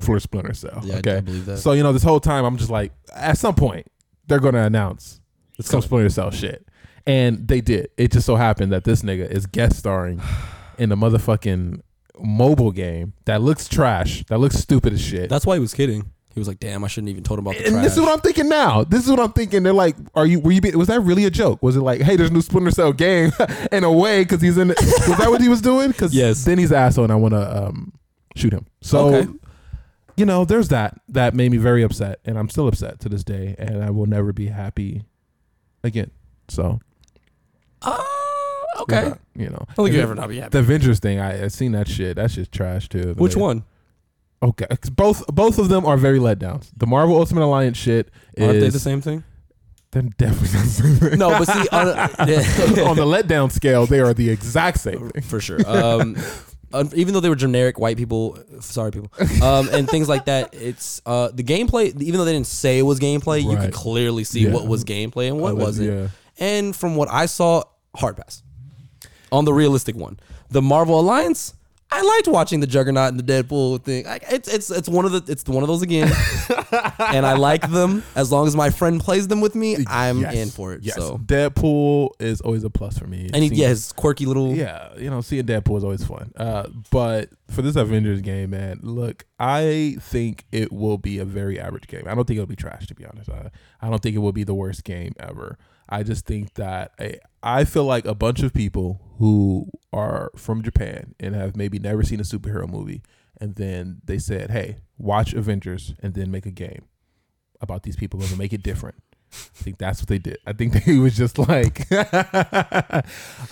for Splinter Cell.
yeah, I- I,
okay,
believe that.
so you know, this whole time I'm just like, at some point they're gonna announce
It's
some Splinter
coming.
Cell shit, and they did. It just so happened that this nigga is guest starring in the motherfucking mobile game that looks trash, that looks stupid as shit.
That's why he was kidding. He was like, "Damn, I shouldn't even told him about the
and
trash."
this is what I'm thinking now. This is what I'm thinking. They're like, "Are you? Were you? Be, was that really a joke? Was it like, hey, there's a new Splinter Cell game in a way because he's in? It. Was that what he was doing? Because
Yes.
then he's an asshole, and I want to um, shoot him. So
Okay.
you know, there's that that made me very upset, and I'm still upset to this day, and I will never be happy again. So
Oh,
there's
okay.
that, you know,
don't think
And
you
then
ever not be happy.
The Avengers thing, I, I seen that shit. That shit's trash too.
Which
They-
one?
Okay, 'Cause both both of them are very letdowns. The Marvel Ultimate Alliance shit
Aren't they
is
the same thing?
they're definitely
No, but see, uh, yeah.
on the letdown scale. They are the exact same thing.
for sure. Um, un- even though they were generic white people, sorry people, um, and things like that. It's uh, the gameplay. Even though they didn't say it was gameplay, you
Right.
could clearly see
Yeah.
what was gameplay and what
Uh,
wasn't.
yeah.
And from what I saw, hard pass on the realistic one. The Marvel Alliance. I liked watching the Juggernaut and the Deadpool thing. I, it's it's it's one of the it's one of those again, and I like them as long as my friend plays them with me. I'm
Yes.
in for it.
Yes.
So
Deadpool is always a plus for me.
and he,
Seeing-
yeah, his quirky little
yeah, you know, seeing Deadpool is always fun. Uh, but for this Avengers game, man, look, I think it will be a very average game. I don't think it'll be trash, to be honest. I, I don't think it will be the worst game ever. I just think that I, I feel like a bunch of people who are from Japan and have maybe never seen a superhero movie, and then they said, "Hey, watch Avengers and then make a game about these people and we'll make it different." I think that's what they did. I think they was just like,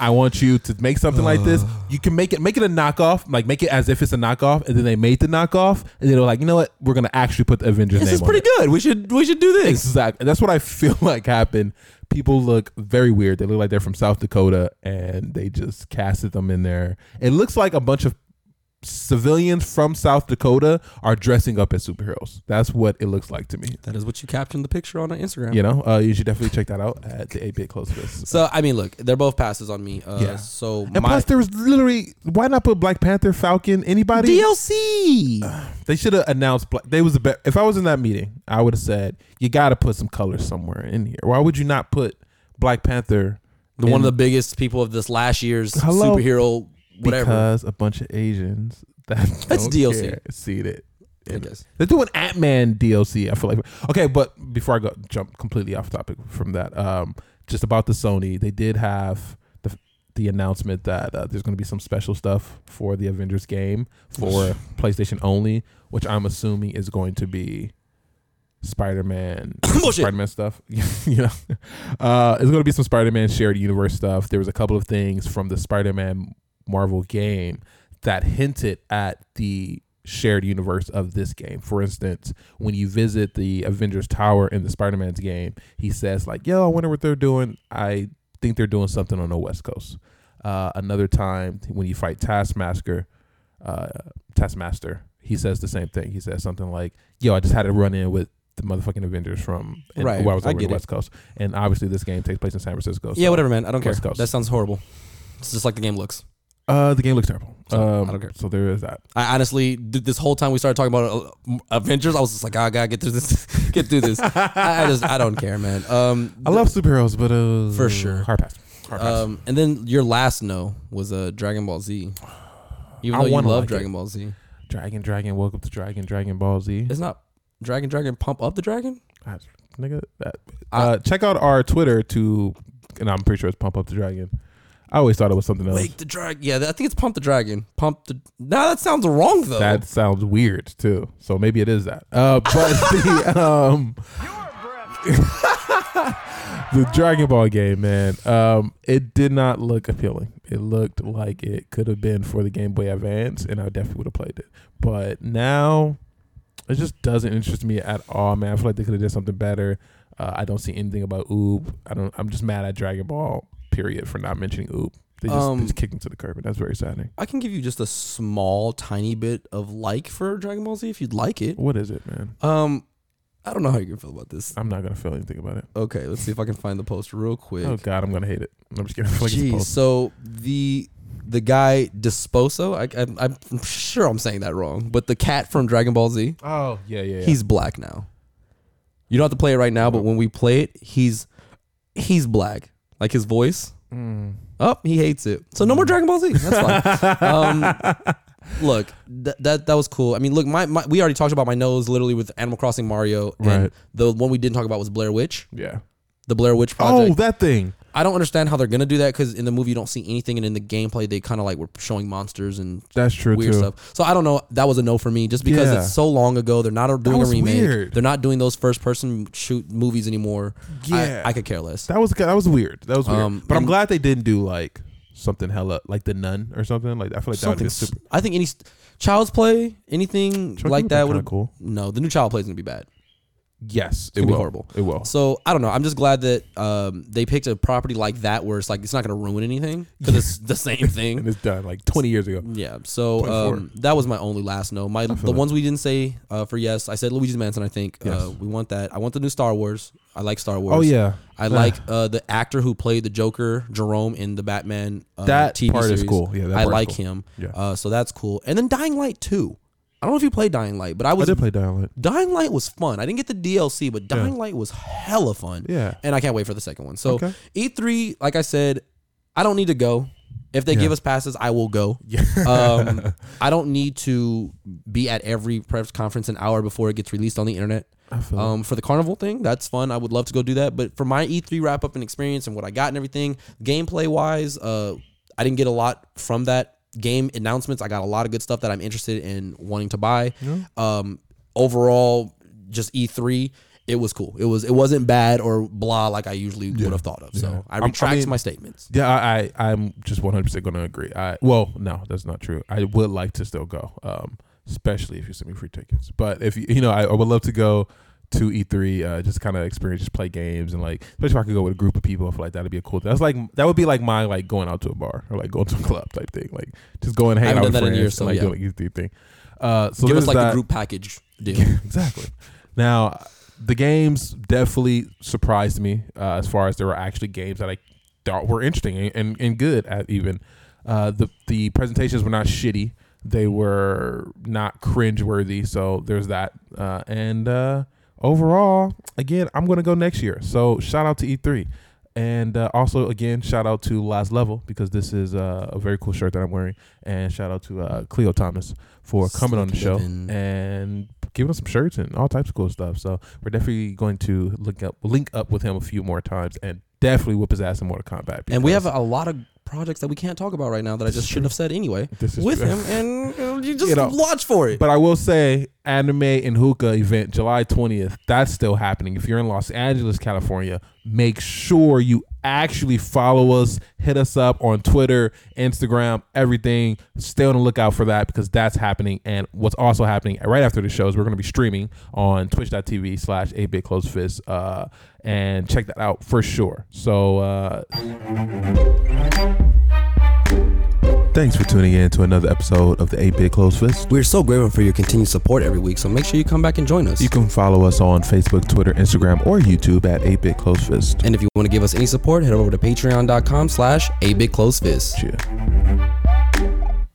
I want you to make something like
Uh,
this. You can make it, make it a knockoff, like make it as if it's a knockoff. And then they made the knockoff, and then they were like, you know what? We're gonna actually put the Avengers
This
name
is
on
pretty
it.
good. We should we should do this.
Exactly. That's what I feel like happened. People look very weird. They look like they're from South Dakota, and they just casted them in there. It looks like a bunch of civilians from South Dakota are dressing up as superheroes. That's what it looks like to me.
That is what you captioned the picture on Instagram.
You know, uh, you should definitely check that out at the 8 Bit Close Fist.
So I mean, look, they're both passes on me. Uh,
Yeah.
So
And
my
plus, there was literally why not put Black Panther, Falcon, anybody?
DLC.
They should have announced. Black, they was a be- if I was in that meeting, I would have said you got to put some color somewhere in here. Why would you not put Black Panther?
the one of the biggest people of this last year's
Hello?
superhero whatever.
because a bunch of Asians that
That's
don't
DLC.
care see it.
I guess.
They're doing Ant Man DLC. I feel like okay, but before I go jump completely off topic from that, um, just about the Sony, they did have the the announcement that uh, there's going to be some special stuff for the Avengers game for PlayStation only, which I'm assuming is going to be Spider Man,
Bullshit.
Spider Man stuff. you know, uh, it's going to be some Spider Man shared universe stuff. There was a couple of things from the Spider Man Marvel game that hinted at the shared universe of this game. For instance, when you visit the Avengers Tower in the Spider Man's game, he says like, "Yo, I wonder what they're doing. I think they're doing something on the West Coast." Uh, another time when you fight Taskmaster, uh, Taskmaster, he says the same thing. He says something like, "Yo, I just had a run in with." The motherfucking Avengers from and
Right,
where I was
I
over the
get it.
West Coast, and obviously this game takes place in San Francisco.
Yeah,
so-
whatever, man. I don't care.
West Coast.
That sounds horrible. It's just like the game looks.
Uh, the game looks terrible.
So,
um,
I don't care.
So there is that.
I honestly, th- this whole time we started talking about uh, Avengers, I was just like, I gotta get through this, get through this. I, I just, I don't care, man. Um,
I love superheroes, but uh,
For sure.
hard pass. Hard pass.
Um, and then your last no was uh, Dragon Ball Z. Even
I
though you
wanna
love
like it.
Dragon Ball Z,
Dragon, Dragon, welcome to Dragon, Dragon Ball Z.
it's not Dragon Dragon Pump Up the Dragon.
Ah, Nigga, that. Uh, check out our Twitter to, and I'm pretty sure it's Pump Up the Dragon. I always thought it was something else.
Wake the dragon. Yeah, I think it's Pump the Dragon. Pump the. Nah, that sounds wrong though.
That sounds weird too. So maybe it is that. Uh, but the um, the Dragon Ball game, man, um, it did not look appealing. It looked like it could have been for the Game Boy Advance, and I definitely would have played it. But now, it just doesn't interest me at all, man. I feel like they could have did something better. Uh, I don't see anything about Oob. I don't. I'm just mad at Dragon Ball. Period for not mentioning Oob. They just,
Um,
they just kicked him to the curb, and that's very saddening.
I can give you just a small, tiny bit of like for Dragon Ball Z if you'd like it.
What is it, man?
Um, I don't know how you can feel about this.
I'm not gonna feel anything about it.
Okay, let's see if I can find the post real quick.
Oh God, I'm gonna hate it. I'm just kidding. I feel like it's
Jeez,
supposed-
so the the guy Disposo, I, I, I'm sure I'm saying that wrong, but the cat from Dragon Ball Z,
Oh yeah, yeah. Oh. yeah.
he's black now. You don't have to play it right now, but when we play it, he's he's black, like his voice.
Mm.
Oh, he hates it. So no more Dragon Ball Z. That's fine. um, look, th- that that was cool. I mean, look, my, my we already talked about my nose literally with Animal Crossing Mario, and
Right.
the one we didn't talk about was Blair Witch.
yeah.
the Blair Witch Project.
Oh, that thing.
I don't understand how they're gonna do that because in the movie you don't see anything, and in the gameplay they kind of like were showing monsters and
That's true
weird
too.
stuff. So I don't know. That was a no for me, just because
Yeah.
it's so long ago. They're not doing a
was
remake.
weird.
They're not doing those first person shoot movies anymore. I-
Yeah.
I, could care less.
That was that was weird. That was weird.
Um,
but I'm
and-
glad they didn't do like something hella like the nun or something. Like I feel like that would
Something.
be
s-
super.
I think any s- Child's Play, anything
Child's Play
like
would've
that
been
would
kinda cool.
No, the new Child Play is gonna be bad.
Yes, it
gonna be
will.
horrible.
It will.
So I don't know. I'm just glad that um, they picked a property like that where it's like it's not gonna ruin anything because it's the same
and
thing.
it's done like 20 years ago.
Yeah, so
Point four.
um, that was my only last no. My the
it.
ones we didn't say uh, for yes, I said Luigi's Mansion. I think
Yes.
uh, we want that. I want the new Star Wars. I like Star Wars.
Oh yeah,
I like uh, the actor who played the Joker, Jerome, in the Batman. Uh,
That
TV
part is
series.
cool. Yeah, that
I
part is cool.
like him.
Yeah.
Uh, so that's cool. And then Dying Light two. I don't know if you played Dying Light, but I
I
was
did play Dialect.
Dying Light was fun. I didn't get the DLC, but Dying Light was hella fun.
Yeah.
And I can't wait for the second one. So
Okay.
E3, like I said, I don't need to go. If they
Yeah.
give us passes, I will go. Yeah. um, I don't need to be at every press conference an hour before it gets released on the internet.
feel
Um, for the carnival thing, that's fun. I would love to go do that. But for my E3 wrap up and experience and what I got and everything, gameplay wise, uh, I didn't get a lot from that game announcements. I got a lot of good stuff that I'm interested in wanting to buy. Um, overall, just E3, it was cool. It was it wasn't bad or blah like I usually would have thought of. So I
I'm- Um, I
retract
mean-
my statements.
Yeah, I, I I'm just 100 percent gonna agree. I well, no, that's not true. I would like to still go, um, especially if you send me free tickets. But if you you know, I, I would love to go to E3, uh, just kind of experience, just play games, and like, especially if I could go with a group of people, I feel like that'd be a cool. thing. That's like that would be like my like going out to a bar or like going to a club type thing, like just going hang out
haven't
with
done that
friends
in years,
and
so
like
yeah.
doing E3 thing. Uh, so
Give
there's
us like
that.
the group package deal.
exactly. Now, the games definitely surprised me uh, as far as there were actually games that I thought were interesting and, and, and good at even. Uh, the the presentations were not shitty. They were not cringeworthy. So there's that. Uh, and uh, overall, again, I'm gonna go next year. So shout out to E3. And uh, also, again, shout out to Last Level because this is uh, a very cool shirt that I'm wearing. And shout out to uh, Cleo Thomas for coming on the
Slick
show
living.
and giving us some shirts and all types of cool stuff. So we're definitely going to link up link up with him a few more times and definitely whip his ass in Mortal Kombat.
And we
because
have a lot of projects that we can't talk about right now that I just shouldn't have said anyway
This is
with
true.
him. And uh, you just
You know,
watch for it.
But I will say, anime and hookah event July 20th, that's still happening. If you're in Los Angeles, California, make sure you actually follow us, hit us up on Twitter, Instagram, everything. Stay on the lookout for that because that's happening. And what's also happening right after the show is we're going to be streaming on twitch.tv slash 8bit close fist. Uh, and check that out for sure. So, uh, thanks for tuning in to another episode of the 8bit close fist.
We're so grateful for your continued support every week, so make sure you come back and join us.
You can follow us on Facebook, Twitter, Instagram, or YouTube at 8bit Close Fist.
and if you want to give us any support, head over to patreon.com slash a big close fist.
Cheer.